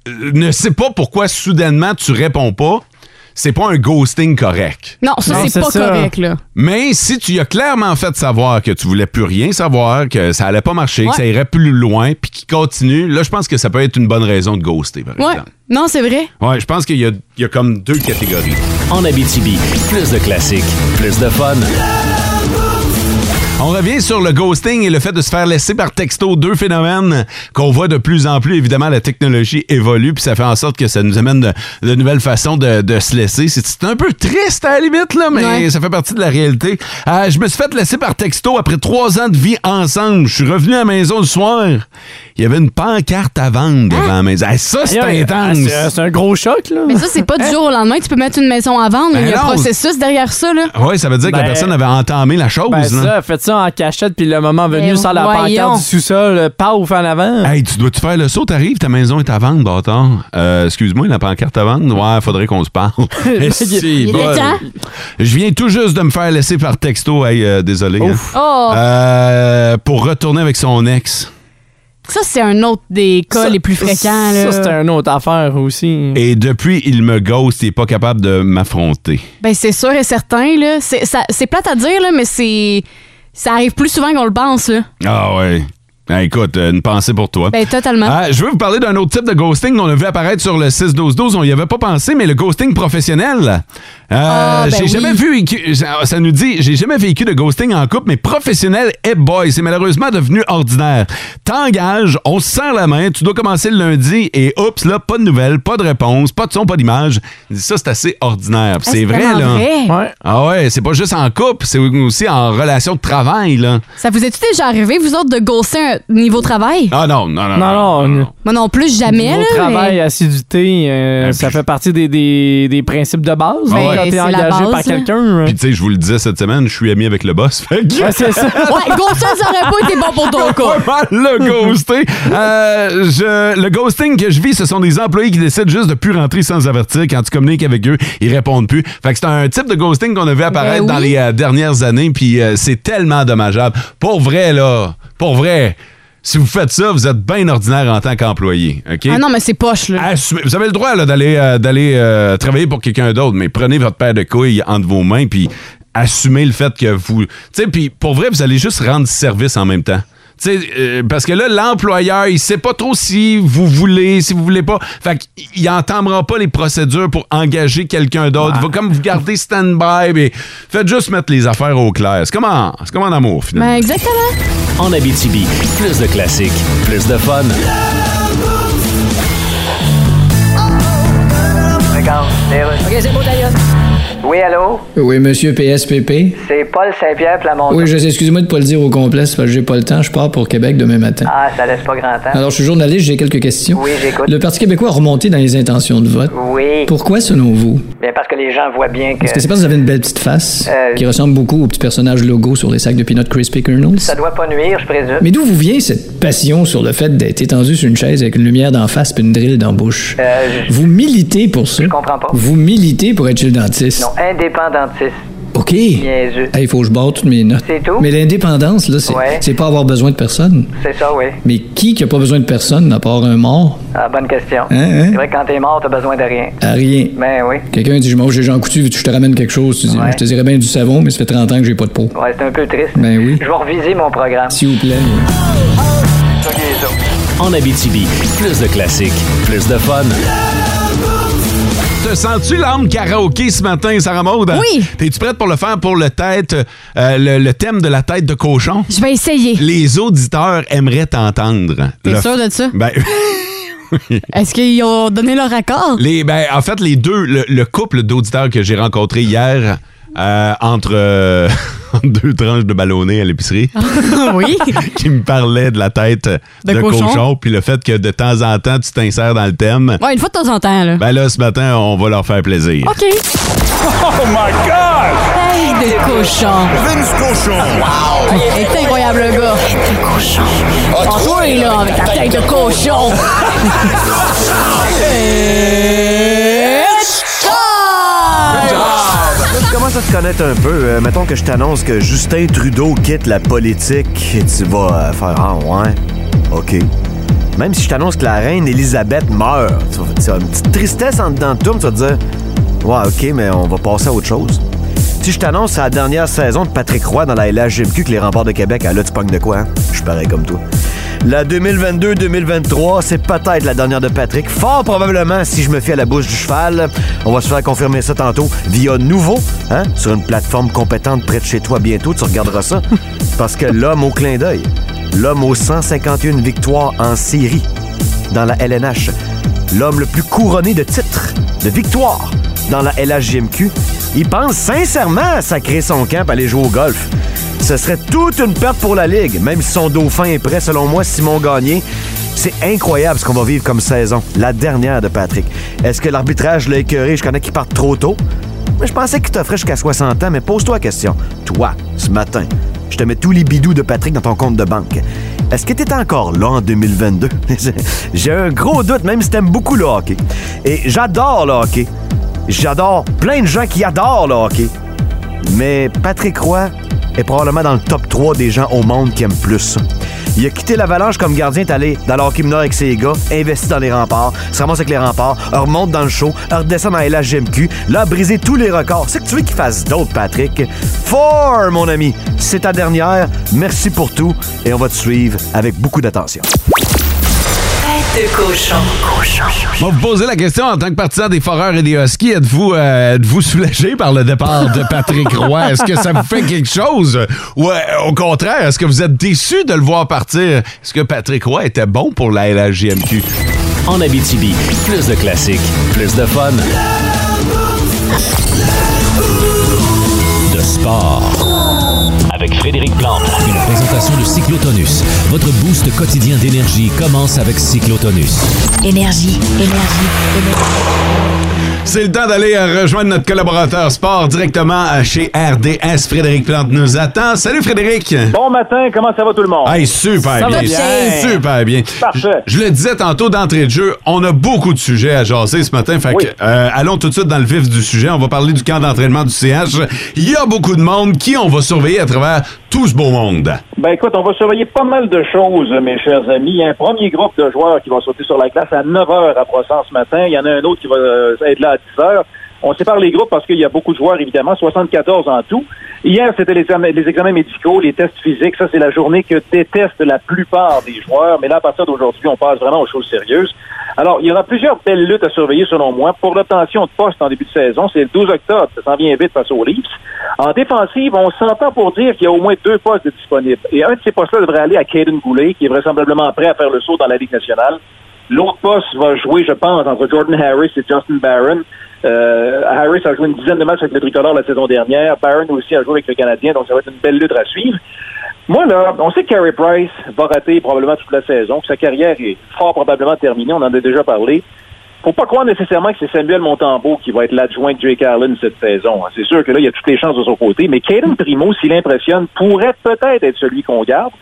[SPEAKER 3] euh, ne sait pas pourquoi soudainement tu réponds pas, c'est pas un ghosting correct.
[SPEAKER 4] Non, ça,
[SPEAKER 5] Non,
[SPEAKER 4] c'est
[SPEAKER 5] c'est
[SPEAKER 4] pas
[SPEAKER 5] ça.
[SPEAKER 4] correct, là.
[SPEAKER 3] Mais si tu y as clairement fait savoir que tu voulais plus rien savoir, que ça allait pas marcher,
[SPEAKER 4] Ouais.
[SPEAKER 3] que ça irait plus loin, puis qu'il continue, là, je pense que ça peut être une bonne raison de ghoster, par
[SPEAKER 4] Ouais.
[SPEAKER 3] exemple.
[SPEAKER 4] Non, c'est vrai.
[SPEAKER 3] Ouais, je pense qu'il y a, il y a comme deux catégories.
[SPEAKER 2] En Abitibi, plus de classiques, plus de fun.
[SPEAKER 3] On revient sur le ghosting et le fait de se faire laisser par texto, deux phénomènes qu'on voit de plus en plus. Évidemment, la technologie évolue, puis ça fait en sorte que ça nous amène de, de nouvelles façons de, de se laisser. C'est c'est un peu triste à la limite, là, mais
[SPEAKER 4] Ouais.
[SPEAKER 3] ça fait partie de la réalité. Euh, je me suis fait laisser par texto après trois ans de vie ensemble. Je suis revenu à la maison le soir. Il y avait une pancarte à vendre devant la maison. Hey, ça, c'est
[SPEAKER 5] Hein? Aïe, aïe,
[SPEAKER 3] intense.
[SPEAKER 5] c'est- euh, C'est un gros choc, là.
[SPEAKER 4] Mais ça, c'est pas
[SPEAKER 3] [laughs]
[SPEAKER 4] du jour au lendemain. Tu peux mettre une maison à vendre, mais
[SPEAKER 3] Ben
[SPEAKER 4] il y a un
[SPEAKER 3] non.
[SPEAKER 4] processus derrière ça, là.
[SPEAKER 3] Oui, Ah ça veut dire que la
[SPEAKER 5] Ben-
[SPEAKER 3] personne avait entamé la chose.
[SPEAKER 5] Ben
[SPEAKER 3] là.
[SPEAKER 5] ça, faites ça en cachette, puis le moment
[SPEAKER 4] Ben
[SPEAKER 5] venu, sans la
[SPEAKER 4] voyons.
[SPEAKER 5] pancarte du sous-sol, euh, paf, en avant.
[SPEAKER 3] Hey, tu dois-tu faire le saut? T'arrives, ta maison est à vendre, bâtard. Euh, excuse-moi, la pancarte à vendre? Ouais, faudrait qu'on se
[SPEAKER 5] [laughs]
[SPEAKER 3] parle. Eh, si,
[SPEAKER 4] il est
[SPEAKER 3] bol.
[SPEAKER 4] temps.
[SPEAKER 3] Je viens tout juste de me faire laisser par texto. Hey, euh, désolé.
[SPEAKER 5] Ouf.
[SPEAKER 3] hein.
[SPEAKER 4] Oh,
[SPEAKER 3] Euh, pour retourner avec son ex.
[SPEAKER 4] ça, c'est un autre des cas les plus fréquents, là.
[SPEAKER 5] Ça, c'est une autre affaire aussi.
[SPEAKER 3] Et depuis, il me ghost, il n'est pas capable de m'affronter.
[SPEAKER 4] Ben, c'est sûr et certain, là. C'est, ça- c'est plate à dire, là, mais c'est. Ça arrive plus souvent qu'on le pense, là.
[SPEAKER 3] Ah ouais. Ben, écoute, euh, une pensée pour toi.
[SPEAKER 4] Ben, totalement.
[SPEAKER 3] Ah, je veux vous parler d'un autre type de ghosting qu'on a vu apparaître sur le 6-12-12. On y avait pas pensé, mais le ghosting professionnel. Euh,
[SPEAKER 4] Ah, ben
[SPEAKER 3] j'ai
[SPEAKER 4] oui.
[SPEAKER 3] jamais vu. Ça ça nous dit, j'ai jamais vécu de ghosting en couple, mais professionnel, et boy, c'est malheureusement devenu ordinaire. T'engages, on se serre la main, tu dois commencer le lundi et oups, là, pas de nouvelles, pas de réponse, pas de son, pas d'image. Ça, c'est assez ordinaire. Puis
[SPEAKER 4] Ah,
[SPEAKER 3] c'est vrai,
[SPEAKER 4] vraiment
[SPEAKER 3] là.
[SPEAKER 4] vrai.
[SPEAKER 5] Ouais.
[SPEAKER 3] Ah ouais, c'est pas juste en couple, c'est aussi en relation de travail, là.
[SPEAKER 4] Ça vous est-tu déjà arrivé, vous autres, de gosser un niveau travail?
[SPEAKER 3] Ah non, non, non.
[SPEAKER 5] Non, non, on-
[SPEAKER 4] Moi non plus, jamais,
[SPEAKER 5] Niveau
[SPEAKER 4] là.
[SPEAKER 5] travail,
[SPEAKER 4] mais-
[SPEAKER 5] assiduité, euh,
[SPEAKER 3] Ben,
[SPEAKER 5] ça
[SPEAKER 3] puis-
[SPEAKER 5] fait partie des, des, des principes de base.
[SPEAKER 4] Ben,
[SPEAKER 5] hein, Quand
[SPEAKER 4] c'est
[SPEAKER 5] t'es
[SPEAKER 4] la
[SPEAKER 5] engagé
[SPEAKER 4] base, là.
[SPEAKER 5] par quelqu'un.
[SPEAKER 3] Puis tu sais, je vous le disais cette semaine, je suis ami avec le boss. [laughs] Fait que-
[SPEAKER 5] Ouais, c'est ça.
[SPEAKER 4] [laughs] Ouais, gosser, ça aurait pas été bon pour
[SPEAKER 5] [laughs]
[SPEAKER 4] ton cas.
[SPEAKER 3] Pas mal le ghosté. Euh, je- le ghosting que je vis, ce sont des employés qui décident juste de plus rentrer sans avertir. Quand tu communiques avec eux, ils répondent plus. Fait que c'est un type de ghosting qu'on a vu apparaître
[SPEAKER 4] Ben oui.
[SPEAKER 3] dans les euh, dernières années, puis euh, c'est tellement dommageable. Pour vrai, là, pour vrai, si vous faites ça, vous êtes bien ordinaire en tant qu'employé, OK?
[SPEAKER 4] Ah non, mais c'est poche, là.
[SPEAKER 3] Assumez- Vous avez le droit là, d'aller euh, d'aller euh, travailler pour quelqu'un d'autre, mais prenez votre paire de couilles entre vos mains puis assumez le fait que vous. Tu sais, puis pour vrai, vous allez juste rendre service en même temps. Tu sais, euh, parce que là, l'employeur, il sait pas trop si vous voulez, si vous voulez pas. Fait qu'il n'entamera pas les procédures pour engager quelqu'un d'autre. Il va comme vous garder stand-by, mais faites juste mettre les affaires au clair. C'est comme en, c'est comme en amour,
[SPEAKER 4] Ben,
[SPEAKER 3] finalement.
[SPEAKER 4] exactement.
[SPEAKER 2] En Abitibi, plus de classiques, plus de fun.
[SPEAKER 9] Oui, allô?
[SPEAKER 7] Oui, monsieur PSPP.
[SPEAKER 9] C'est Paul Saint-Pierre Plamondon.
[SPEAKER 7] Oui, je sais, excusez-moi de pas le dire au complet, c'est parce que j'ai pas le temps. Je pars pour Québec demain matin.
[SPEAKER 9] Ah, ça laisse pas grand temps.
[SPEAKER 7] Alors, je suis journaliste, j'ai quelques questions.
[SPEAKER 9] Oui, j'écoute.
[SPEAKER 7] Le Parti québécois a remonté dans les intentions de vote.
[SPEAKER 9] Oui.
[SPEAKER 7] Pourquoi, selon vous?
[SPEAKER 9] Bien, parce que les gens voient bien que
[SPEAKER 7] Est-ce que c'est parce que vous avez une belle petite face
[SPEAKER 9] Euh,
[SPEAKER 7] qui ressemble beaucoup au petit personnage logo sur les sacs de peanut crispy kernels?
[SPEAKER 9] ça doit pas nuire, je présume.
[SPEAKER 7] Mais d'où vous vient cette passion sur le fait d'être étendu sur une chaise avec une lumière d'en face puis une drille dans la bouche?
[SPEAKER 9] Euh, je-
[SPEAKER 7] Vous militez pour ça?
[SPEAKER 9] Je comprends pas.
[SPEAKER 7] Vous militez pour être chez le dentiste?
[SPEAKER 9] Non, indépendantiste,
[SPEAKER 7] OK.
[SPEAKER 9] niaiseux.
[SPEAKER 7] Hey, faut que je barre toutes mes notes.
[SPEAKER 9] C'est tout?
[SPEAKER 7] Mais l'indépendance, là, c'est
[SPEAKER 9] Ouais.
[SPEAKER 7] c'est pas avoir besoin de personne.
[SPEAKER 9] C'est ça, oui.
[SPEAKER 7] Mais qui qui a pas besoin de personne à part un mort?
[SPEAKER 9] Ah, bonne question.
[SPEAKER 7] Hein, hein?
[SPEAKER 9] C'est vrai que quand t'es mort, t'as besoin de rien.
[SPEAKER 7] À rien.
[SPEAKER 9] Ben oui.
[SPEAKER 7] Quelqu'un dit, je mange chez Jean Coutu, veux-tu que je te ramène quelque chose. Tu dis,
[SPEAKER 9] Ouais.
[SPEAKER 7] je te dirais bien du savon, mais ça fait 30 ans que j'ai pas de peau.
[SPEAKER 9] Ouais, c'est un peu triste.
[SPEAKER 7] Ben oui.
[SPEAKER 9] Je vais reviser mon programme.
[SPEAKER 7] S'il vous plaît.
[SPEAKER 2] En Abitibi, plus de classiques, plus de fun.
[SPEAKER 3] Te sens-tu l'âme karaoké ce matin, Sarah Maud? hein?
[SPEAKER 4] Oui.
[SPEAKER 3] T'es-tu prête pour le faire pour le tête, euh, le- le thème de la tête de cochon?
[SPEAKER 4] Je vais essayer.
[SPEAKER 3] Les auditeurs aimeraient t'entendre.
[SPEAKER 4] T'es
[SPEAKER 3] Le-
[SPEAKER 4] sûr de ça?
[SPEAKER 3] Ben, [laughs]
[SPEAKER 4] Est-ce qu'ils ont donné
[SPEAKER 3] [laughs]
[SPEAKER 4] leur accord?
[SPEAKER 3] les, ben, en fait, les deux, le, le couple d'auditeurs que j'ai rencontré hier euh, entre euh, [laughs] entre deux tranches de ballonné à l'épicerie,
[SPEAKER 4] oui.
[SPEAKER 3] qui me parlaient de la tête de,
[SPEAKER 4] Ah. De cochon.
[SPEAKER 3] puis le fait que de temps en temps, tu t'insères dans le thème.
[SPEAKER 4] Ouais, une fois de temps en temps, là.
[SPEAKER 3] Ben là, ce matin, on va leur faire plaisir.
[SPEAKER 4] OK. Oh my God! Hey, de cochon!
[SPEAKER 6] Vince Cochon.
[SPEAKER 4] Il est incroyable, le gars! de cochon! Oh, oui, là, avec la tête de cochon! It's time!
[SPEAKER 10] Tu commences à te connaître un peu. Euh, mettons que je t'annonce que Justin Trudeau quitte la politique et tu vas euh, faire Ah ouais, OK. Même si je t'annonce que la reine Elisabeth meurt, tu vas, tu vas- une petite tristesse en dedans de toi, mais tu vas te dire Ouais, OK, mais on va passer à autre chose. Si je t'annonce la dernière saison de Patrick Roy dans la LHGMQ que les remparts de Québec, ah là, tu pognes de quoi, hein? Je suis pareil comme toi. La 2022-2023, c'est peut-être la dernière de Patrick. Fort probablement, si je me fie à la bouche du cheval. On va se faire confirmer ça tantôt via Nouveau, hein? Sur une plateforme compétente près de chez toi bientôt, tu regarderas ça. Parce que l'homme au clin d'œil, l'homme aux 151 victoires en série dans la LNH, l'homme le plus couronné de titres, de victoires dans la LHJMQ, il pense sincèrement à sacrer son camp à aller jouer au golf. Ce serait toute une perte pour la Ligue, même si son dauphin est prêt, selon moi, Simon Gagné. C'est incroyable ce qu'on va vivre comme saison, la dernière de Patrick. Est-ce que l'arbitrage l'a écœuré? Je connais qui partent trop tôt. Mais je pensais qu'il t'offrait jusqu'à 60 ans, mais pose-toi la question. Toi, ce matin, je te mets tous les bidous de Patrick dans ton compte de banque. Est-ce que t'es encore là en 2022? [laughs] J'ai un gros doute, même si t'aimes beaucoup le hockey. Et j'adore le hockey. J'adore plein de gens qui adorent le hockey. Mais Patrick Roy est probablement dans le top 3 des gens au monde qui aiment plus ça. Il a quitté l'Avalanche comme gardien, est allé dans le hockey mineur avec ses gars, investi dans les remparts, se ramasse avec les remparts, remonte dans le show, redescend dans la LHGMQ, là, a brisé tous les records. C'est que tu veux qu'il fasse d'autres, Patrick. Fort, mon ami! C'est ta dernière. Merci pour tout et on va te suivre avec beaucoup d'attention.
[SPEAKER 9] Tête de cochon.
[SPEAKER 3] Moi, vous posez la question en tant que partisan des Foreurs et des Huskies, êtes-vous euh, êtes-vous soulagé par le départ de Patrick Roy? Est-ce que ça vous fait quelque chose? Ou euh, au contraire, est-ce que vous êtes déçu de le voir partir? Est-ce que Patrick Roy était bon pour la LHJMQ?
[SPEAKER 2] En Abitibi, plus de classiques, plus de fun. De sport. Avec Frédéric Plante.
[SPEAKER 6] Une présentation de Cyclotonus. Votre boost quotidien d'énergie commence avec Cyclotonus.
[SPEAKER 1] Énergie, énergie,
[SPEAKER 3] C'est le temps d'aller euh, rejoindre notre collaborateur sport directement euh, chez RDS. Frédéric Plante nous attend. Salut Frédéric!
[SPEAKER 11] Bon matin, comment ça va tout le monde?
[SPEAKER 3] Hey, super
[SPEAKER 11] Oh. Ça va
[SPEAKER 3] bien.
[SPEAKER 11] bien.
[SPEAKER 3] Super bien.
[SPEAKER 11] Parfait.
[SPEAKER 3] Je le disais tantôt d'entrée de jeu, on a beaucoup de sujets à jaser ce matin. Fait que, euh, allons tout de suite dans le vif du sujet. On va parler du camp d'entraînement du CH. Il y a beaucoup de monde qui on va surveiller à travers tout ce beau monde.
[SPEAKER 11] Ben écoute, on va surveiller pas mal de choses, mes chers amis. Il y a un premier groupe de joueurs qui va sauter sur la glace à 9h à Brossard ce matin. Il y en a un autre qui va euh, être là à 10h. On sépare les groupes parce qu'il y a beaucoup de joueurs, évidemment, 74 en tout. Hier, c'était les, examens- les examens médicaux, les tests physiques. Ça, c'est la journée que détestent la plupart des joueurs. Mais là, à partir d'aujourd'hui, on passe vraiment aux choses sérieuses. Alors, il y aura plusieurs belles luttes à surveiller, selon moi. Pour l'obtention de poste en début de saison, c'est le 12 octobre. Ça s'en vient vite face aux Leafs. En défensive, on s'entend pour dire qu'il y a au moins deux postes de disponibles. Et un de ces postes-là devrait aller à Caden Goulet, qui est vraisemblablement prêt à faire le saut dans la Ligue nationale. L'autre poste va jouer, je pense, entre Jordan Harris et Justin Barron. Euh, Harris a joué une dizaine de matchs avec le tricolore la saison dernière. Barron aussi a joué avec le Canadien, donc ça va être une belle lutte à suivre. Moi, là, on sait que Carey Price va rater probablement toute la saison, que sa carrière est fort probablement terminée, on en a déjà parlé. Faut pas croire nécessairement que c'est Samuel Montembeau qui va être l'adjoint de Jake Allen cette saison. hein. C'est sûr que là, il y a toutes les chances de son côté, mais Caden Primo, s'il impressionne, pourrait peut-être être celui qu'on garde.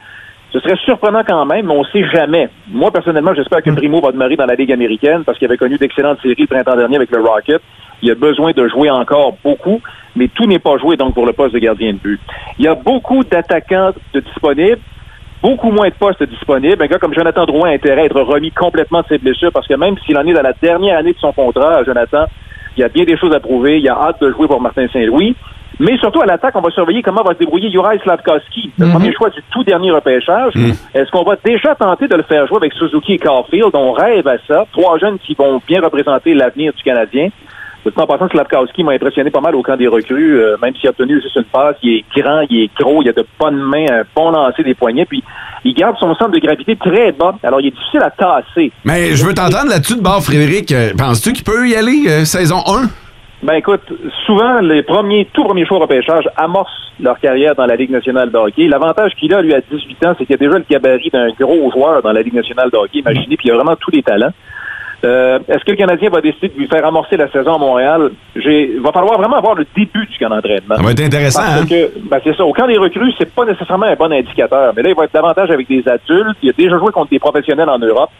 [SPEAKER 11] Ce serait surprenant quand même, mais on ne sait jamais. Moi, personnellement, j'espère que Primo va demeurer dans la Ligue américaine parce qu'il avait connu d'excellentes séries le printemps dernier avec le Rocket. Il a besoin de jouer encore beaucoup, mais tout n'est pas joué donc pour le poste de gardien de but. Il y a beaucoup d'attaquants de disponibles, beaucoup moins de postes disponibles. Un gars comme Jonathan Drouin a intérêt à être remis complètement de ses blessures parce que même s'il en est dans la dernière année de son contrat, Jonathan, il y a bien des choses à prouver. Il a hâte de jouer pour Martin Saint-Louis. Mais surtout à l'attaque, on va surveiller comment va se débrouiller Juraj Slavkovski, le premier choix du tout dernier repêchage. Est-ce qu'on va déjà tenter de le faire jouer avec Suzuki et Caulfield? On rêve à ça. Trois jeunes qui vont bien représenter l'avenir du Canadien. De toute façon, en passant, Slavkowski m'a impressionné pas mal au camp des recrues, euh, même s'il a obtenu juste une passe. Il est grand, il est gros, il a de bonnes mains, un bon lancer des poignets, puis il garde son centre de gravité très bas. Alors, il est difficile à tasser.
[SPEAKER 3] Mais je veux t'entendre là-dessus de bord, Frédéric. Euh, Penses-tu qu'il peut y aller, euh, saison 1?
[SPEAKER 11] Ben écoute, souvent, les premiers, tout premiers choix au repêchage amorcent leur carrière dans la Ligue nationale de hockey. L'avantage qu'il a, lui, à 18 ans, c'est qu'il a déjà le gabarit d'un gros joueur dans la Ligue nationale de hockey, imaginez, puis il a vraiment tous les talents. Euh, Est-ce que le Canadien va décider de lui faire amorcer la saison à Montréal? Il va falloir vraiment avoir le début du camp d'entraînement.
[SPEAKER 3] Ça va être intéressant,
[SPEAKER 11] Parce
[SPEAKER 3] hein?
[SPEAKER 11] que, ben, c'est ça. Au camp des recrues, c'est pas nécessairement un bon indicateur. Mais là, il va être davantage avec des adultes. Il a déjà joué contre des professionnels en Europe.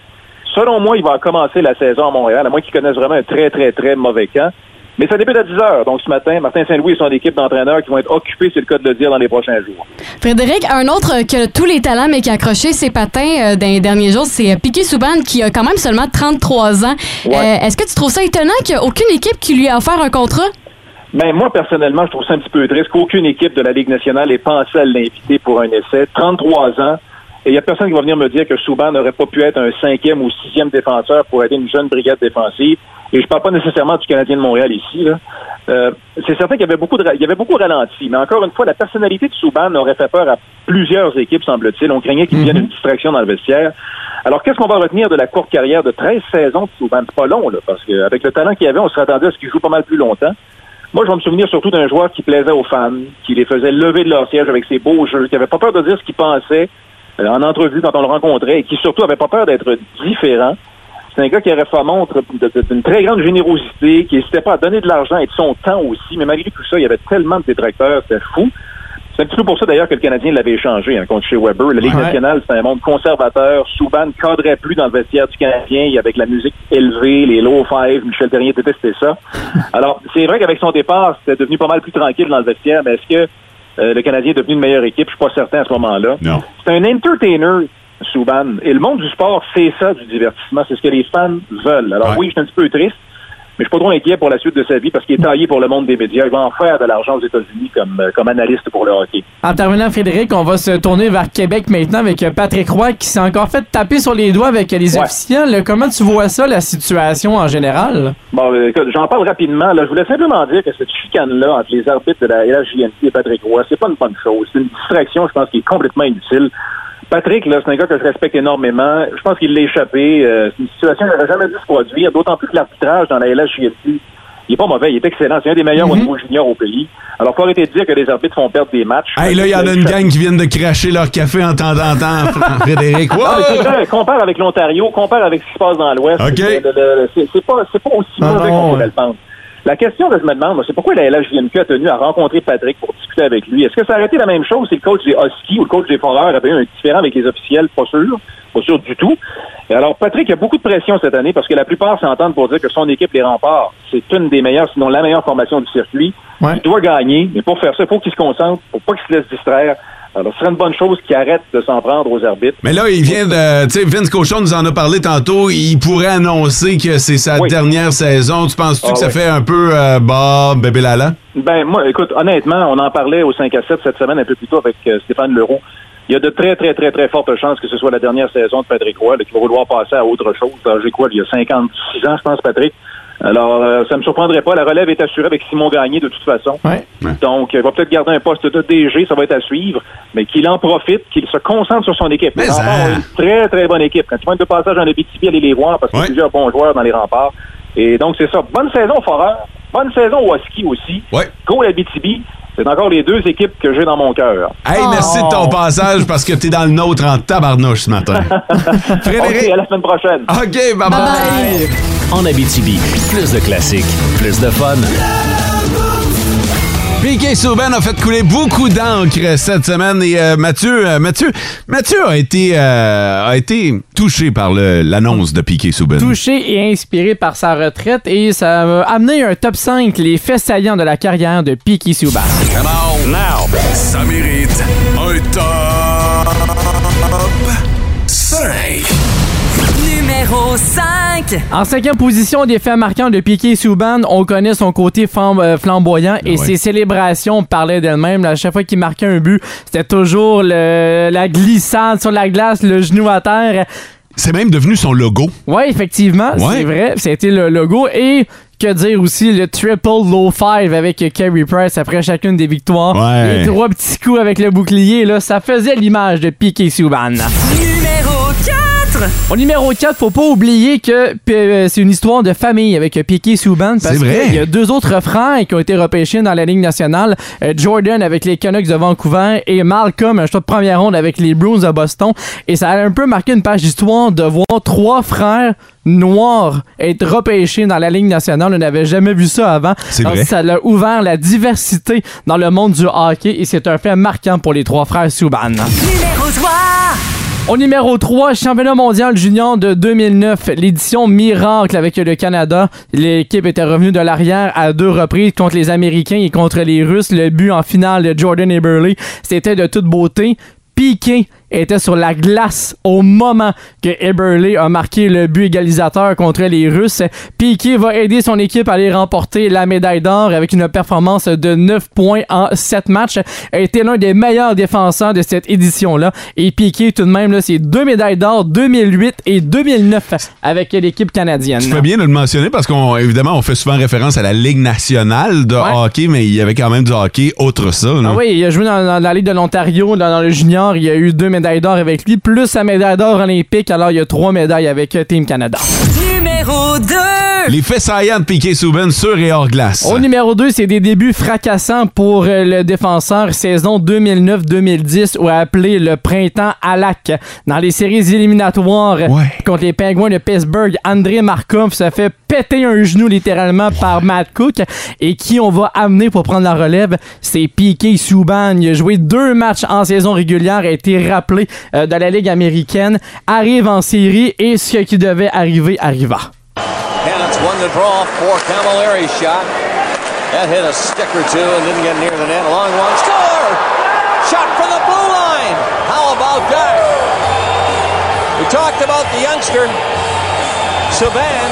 [SPEAKER 11] Selon moi, il va commencer la saison à Montréal, à moins qu'il connaisse vraiment un très, très, très mauvais camp. Mais ça débute à 10 heures. Donc, ce matin, Martin Saint-Louis et son équipe d'entraîneurs qui vont être occupés, c'est le cas de le dire, dans les prochains jours.
[SPEAKER 4] Frédéric, un autre qui a tous les talents mais qui a accroché ses patins euh, dans les derniers jours, c'est euh, Piqué Souban qui a quand même seulement 33 ans. Euh, Est-ce que tu trouves ça étonnant qu'il n'y a aucune équipe qui lui a offert un contrat?
[SPEAKER 11] Mais Ben, moi, personnellement, je trouve ça un petit peu triste qu'aucune équipe de la Ligue nationale ait pensé à l'inviter pour un essai. 33 ans. Et il n'y a personne qui va venir me dire que Souban n'aurait pas pu être un cinquième ou sixième défenseur pour aider une jeune brigade défensive. Et je parle pas nécessairement du Canadien de Montréal ici. là. Euh, c'est certain qu'il y avait beaucoup de, ra- il y avait beaucoup ralenti. Mais encore une fois, la personnalité de Souban aurait fait peur à plusieurs équipes, semble-t-il. On craignait qu'il devienne une distraction dans le vestiaire. Alors, qu'est-ce qu'on va retenir de la courte carrière de 13 saisons de Souban? C'est pas long, là, parce qu'avec le talent qu'il avait, on se attendait à ce qu'il joue pas mal plus longtemps. Moi, je vais me souvenir surtout d'un joueur qui plaisait aux fans, qui les faisait lever de leur siège avec ses beaux jeux, qui avait pas peur de dire ce qu'il pensait euh, en entrevue quand on le rencontrait, et qui surtout avait pas peur d'être différent. C'est un gars qui aurait fait montre de- de- d'une très grande générosité, qui n'hésitait pas à donner de l'argent et de son temps aussi, mais malgré tout ça, il y avait tellement de détracteurs, c'était fou. C'est un petit peu pour ça d'ailleurs que le Canadien l'avait échangé hein, contre chez Weber. La Ligue
[SPEAKER 12] Ouais.
[SPEAKER 11] nationale, c'est un monde conservateur. Souban ne cadrait plus dans le vestiaire du Canadien Il y avait avec la musique élevée, les low five. Michel Terrier détestait ça. Alors, c'est vrai qu'avec son départ, c'était devenu pas mal plus tranquille dans le vestiaire, mais est-ce que euh, le Canadien est devenu une meilleure équipe? Je suis pas certain à ce moment-là.
[SPEAKER 3] Non.
[SPEAKER 11] C'est un entertainer, Souban. Et le monde du sport, c'est ça, du divertissement. C'est ce que les fans veulent. Alors oui, je suis un petit peu triste, mais je suis pas trop inquiet pour la suite de sa vie parce qu'il est taillé pour le monde des médias. Il va en faire de l'argent aux États-Unis comme, euh, comme analyste pour le hockey.
[SPEAKER 5] En terminant, Frédéric, on va se tourner vers Québec maintenant avec euh, Patrick Roy qui s'est encore fait taper sur les doigts avec euh, les officiels. Comment tu vois ça, la situation en général?
[SPEAKER 11] Bon, euh, écoute, j'en parle rapidement. Là, je voulais simplement dire que cette chicane-là entre les arbitres de la LHJMC et Patrick Roy, c'est pas une bonne chose. C'est une distraction, je pense, qui est complètement inutile. Patrick, là, c'est un gars que je respecte énormément. Je pense qu'il l'a échappé. Euh, c'est une situation qui n'aurait jamais dû se produire, d'autant plus que l'arbitrage dans la LHJMC, il est pas mauvais, il est excellent. C'est un des
[SPEAKER 3] Mhm.
[SPEAKER 11] meilleurs au niveau junior au pays. Alors, faut arrêter de dire que les arbitres font perdre des matchs. Euh,
[SPEAKER 3] Hey, là, il y en a une gang qui viennent de cracher leur café en temps en temps, Fr- Frédéric. Wow!
[SPEAKER 11] Ah, mais
[SPEAKER 5] Euh.
[SPEAKER 11] c'est vrai, compare avec l'Ontario, compare avec ce qui se passe dans l'Ouest.
[SPEAKER 3] OK.
[SPEAKER 11] C'est- le- le- C'est c'est pas, c'est pas aussi
[SPEAKER 5] Ah non,
[SPEAKER 11] mauvais qu'on
[SPEAKER 5] ouais.
[SPEAKER 11] pourrait le penser. La question que je me demande, moi, c'est pourquoi la LHJMQ a tenu à rencontrer Patrick pour discuter avec lui. Est-ce que ça aurait été la même chose si le coach des Huskies ou le coach des Foreurs avait eu un différent avec les officiels? Pas sûr. Pas sûr du tout. Et alors, Patrick a beaucoup de pression cette année parce que la plupart s'entendent pour dire que son équipe, les remparts, c'est une des meilleures, sinon la meilleure formation du circuit. Il doit gagner, mais pour faire ça, il faut qu'il se concentre, pour pas qu'il se laisse distraire. Alors, ce serait une bonne chose qu'il arrête de s'en prendre aux arbitres.
[SPEAKER 3] Mais là, il vient de. Tu sais, Vince Cochon nous en a parlé tantôt. Il pourrait annoncer que c'est sa dernière saison. Tu penses-tu
[SPEAKER 11] Ah,
[SPEAKER 3] que ça
[SPEAKER 11] oui.
[SPEAKER 3] fait un peu euh, Bob, bébé Lala?
[SPEAKER 11] Ben, moi, écoute, honnêtement, on en parlait au 5 à 7 cette semaine un peu plus tôt avec euh, Stéphane Leroux. Il y a de très, très, très, très fortes chances que ce soit la dernière saison de Patrick Roy, là, qui va vouloir passer à autre chose. Alors, J'ai quoi, il y a 56 ans, je pense, Patrick. Alors, euh, ça me surprendrait pas. La relève est assurée avec Simon Gagné, de toute façon. Donc, il va peut-être garder un poste de DG, ça va être à suivre, mais qu'il en profite, qu'il se concentre sur son équipe. Les remparts ont une très, très bonne équipe. Quand tu vas être de passage en Abitibi, allez les voir parce qu'il y a plusieurs bons joueurs dans les remparts. Et donc, c'est ça. Bonne saison, Foreur. Bonne saison, Waski aussi. Go, Abitibi. C'est encore les deux équipes que j'ai dans mon cœur.
[SPEAKER 3] Hey, merci de
[SPEAKER 11] Oh.
[SPEAKER 3] ton passage parce que t'es dans le nôtre en tabarnouche ce
[SPEAKER 11] [laughs]
[SPEAKER 3] matin.
[SPEAKER 11] Frédéric. à la semaine prochaine.
[SPEAKER 3] OK, bye bye.
[SPEAKER 2] En Abitibi, plus de classiques, plus de fun.
[SPEAKER 3] Piqué Souban a fait couler beaucoup d'encre cette semaine et euh, Mathieu, euh, Mathieu, Mathieu a été, euh, a été touché par le- l'annonce de Piqué Souban.
[SPEAKER 5] Touché et inspiré par sa retraite et ça m'a amené un top 5, les faits saillants de la carrière de Piki Souban.
[SPEAKER 13] Come on! Now! Ça mérite un top 5!
[SPEAKER 9] Numéro 5.
[SPEAKER 5] En cinquième position des faits marquants de Piqué Souban, on connaît son côté flam- euh, flamboyant et
[SPEAKER 14] Ouais.
[SPEAKER 5] ses célébrations parlaient d'elles-mêmes. À chaque fois qu'il marquait un but, c'était toujours le- la glissade sur la glace, le genou à terre.
[SPEAKER 3] C'est même devenu son logo.
[SPEAKER 5] Oui, effectivement,
[SPEAKER 3] Ouais.
[SPEAKER 5] c'est vrai. C'était le logo et que dire aussi le triple low five avec Carey Price après chacune des victoires.
[SPEAKER 3] Ouais.
[SPEAKER 5] Les trois petits coups avec le bouclier, là, ça faisait l'image de Piqué Souban.
[SPEAKER 9] Numéro 4.
[SPEAKER 5] Au numéro 4, faut pas oublier que p- euh, c'est une histoire de famille avec euh, Piqué Souban.
[SPEAKER 3] C'est
[SPEAKER 5] Parce
[SPEAKER 3] vrai.
[SPEAKER 5] qu'il y a deux autres frères qui ont été repêchés dans la Ligue nationale. Euh, Jordan avec les Canucks de Vancouver et Malcolm, un choix de première ronde avec les Bruins de Boston. Et ça a un peu marqué une page d'histoire de voir trois frères noirs être repêchés dans la Ligue nationale. On n'avait jamais vu ça avant.
[SPEAKER 3] C'est
[SPEAKER 5] Donc,
[SPEAKER 3] vrai.
[SPEAKER 5] Ça a ouvert la diversité dans le monde du hockey et c'est un fait marquant pour les trois frères Souban.
[SPEAKER 9] Numéro 3.
[SPEAKER 5] Au numéro 3, championnat mondial junior de 2009, l'édition miracle avec le Canada. L'équipe était revenue de l'arrière à deux reprises contre les Américains et contre les Russes. Le but en finale de Jordan Eberle, c'était de toute beauté. Piqué était sur la glace au moment que Eberle a marqué le but égalisateur contre les Russes. Piqué va aider son équipe à aller remporter la médaille d'or avec une performance de 9 points en 7 matchs. A été l'un des meilleurs défenseurs de cette édition-là. Et Piqué, tout de même, là, c'est deux médailles d'or 2008 et 2009 avec l'équipe canadienne.
[SPEAKER 3] Tu fais bien de le mentionner parce qu'on évidemment on fait souvent référence à la Ligue nationale de hockey, mais il y avait quand même du hockey autre ça. là.
[SPEAKER 5] Ah oui, il a joué dans, dans la Ligue de l'Ontario, dans, dans le junior. Il a eu deux médailles d'or avec lui, plus sa médaille d'or olympique. Alors, il y a trois médailles avec euh, Team Canada.
[SPEAKER 9] Numéro 2.
[SPEAKER 3] Les faits saillants de Piqué Souben sur et hors glace.
[SPEAKER 5] Au numéro 2, c'est des débuts fracassants pour euh, le défenseur saison 2009-2010 ou appelé le printemps à lac. Dans les séries éliminatoires euh, contre les Penguins de Pittsburgh, André Markov se fait péter un genou littéralement par Matt Cook et qui on va amener pour prendre la relève, c'est Piqué Souban. Il a joué deux matchs en saison régulière, a été rappelé euh, de la Ligue américaine, arrive en série et ce qui devait arriver arriva.
[SPEAKER 12] Hannon's won the Ah. draw for Camilleri shot. That hit a stick or two and didn't get near the net. A long one. Score! Shot from the blue line. How about that? We talked about the youngster. Saban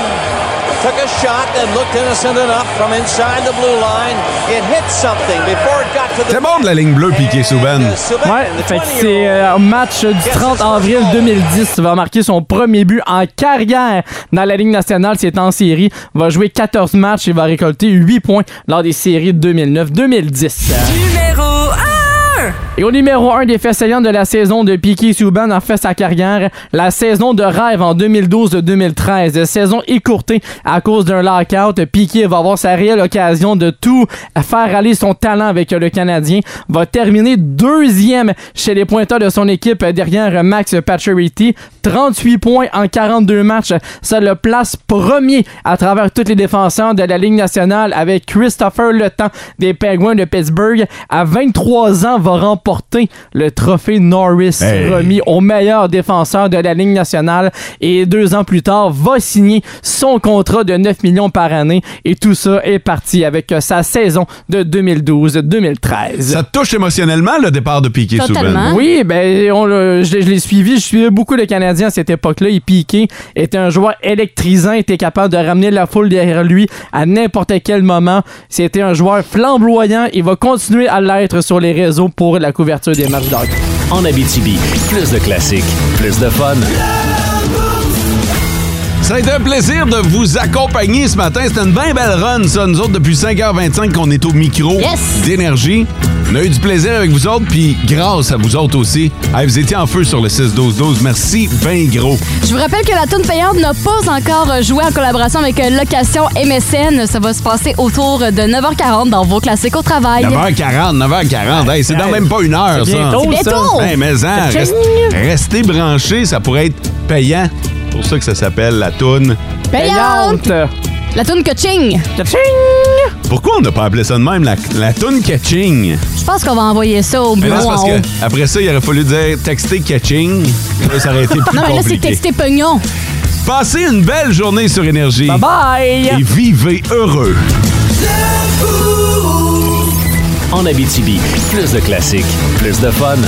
[SPEAKER 12] took a shot that looked innocent enough from inside the blue line. It hit something before it got to the uh,
[SPEAKER 3] C'est bon de la ligne bleue Piqué Souben.
[SPEAKER 5] Ouais, fait que c'est euh, un match du 30 avril 2010. Va marquer son premier but en carrière dans la Ligue nationale. C'est en série. Va jouer 14 matchs et va récolter 8 points lors des séries 2009-2010.
[SPEAKER 9] Numéro 1.
[SPEAKER 5] Et au numéro 1 des faits saillants de la saison de Piqué Souban en fait sa carrière, la saison de rêve en 2012-2013, saison écourtée à cause d'un lockout, Piqué va avoir sa réelle occasion de tout faire aller son talent avec le Canadien, va terminer deuxième chez les pointeurs de son équipe derrière Max Pacioretty, 38 points en 42 matchs, ça le place premier à travers tous les défenseurs de la Ligue nationale avec Christopher Le Temps des Penguins de Pittsburgh, à 23 ans va remporter remporter le trophée Norris
[SPEAKER 14] Hey.
[SPEAKER 5] remis au meilleur défenseur de la Ligue nationale et deux ans plus tard va signer son contrat de 9 millions par année et tout ça est parti avec euh, sa saison de 2012-2013.
[SPEAKER 3] Ça te touche émotionnellement le départ de Piqué Souben.
[SPEAKER 5] Oui, ben on le- je, l'ai- je l'ai suivi, je suivais beaucoup le Canadien à cette époque-là. Il piquait, était un joueur électrisant, était capable de ramener la foule derrière lui à n'importe quel moment. C'était un joueur flamboyant. Il va continuer à l'être sur les réseaux pour la couverture des matchs d'hockey.
[SPEAKER 2] En Abitibi, plus de classiques, plus de fun.
[SPEAKER 3] Ça a été un plaisir de vous accompagner ce matin. C'était une bien belle run, ça. Nous autres, depuis 5h25 qu'on est au micro d'énergie. On a eu du plaisir avec vous autres, puis grâce à vous autres aussi. Hey, vous étiez en feu sur le 6-12-12. Merci, ben gros.
[SPEAKER 4] Je vous rappelle que la toune payante n'a pas encore euh, joué en collaboration avec euh, Location MSN. Ça va se passer autour de 9h40 dans vos classiques au travail.
[SPEAKER 3] 9h40, 9h40. Hey, c'est dans même pas une heure,
[SPEAKER 4] C'est
[SPEAKER 3] ça.
[SPEAKER 4] bientôt, C'est ça. bientôt.
[SPEAKER 3] Hey, mais hein,
[SPEAKER 4] C'est
[SPEAKER 3] reste-
[SPEAKER 4] génial.
[SPEAKER 3] restez branchés, ça pourrait être payant. C'est pour ça que ça s'appelle la toune.
[SPEAKER 4] Payante! La toune Coaching.
[SPEAKER 3] Pourquoi on n'a pas appelé ça de même la, la toune catching?
[SPEAKER 4] Je pense qu'on va envoyer ça au
[SPEAKER 3] Mais
[SPEAKER 4] bureau
[SPEAKER 3] là, c'est
[SPEAKER 4] en
[SPEAKER 3] parce
[SPEAKER 4] haut.
[SPEAKER 3] que après ça, il aurait fallu dire texter catching. Là, ça
[SPEAKER 4] [laughs]
[SPEAKER 3] aurait été plus
[SPEAKER 4] non, mais là, c'est
[SPEAKER 3] compliqué.
[SPEAKER 4] texté pognon.
[SPEAKER 3] Passez une belle journée sur Énergie. Bye
[SPEAKER 5] bye!
[SPEAKER 3] Et vivez heureux.
[SPEAKER 2] En Abitibi, plus de classiques, plus de fun.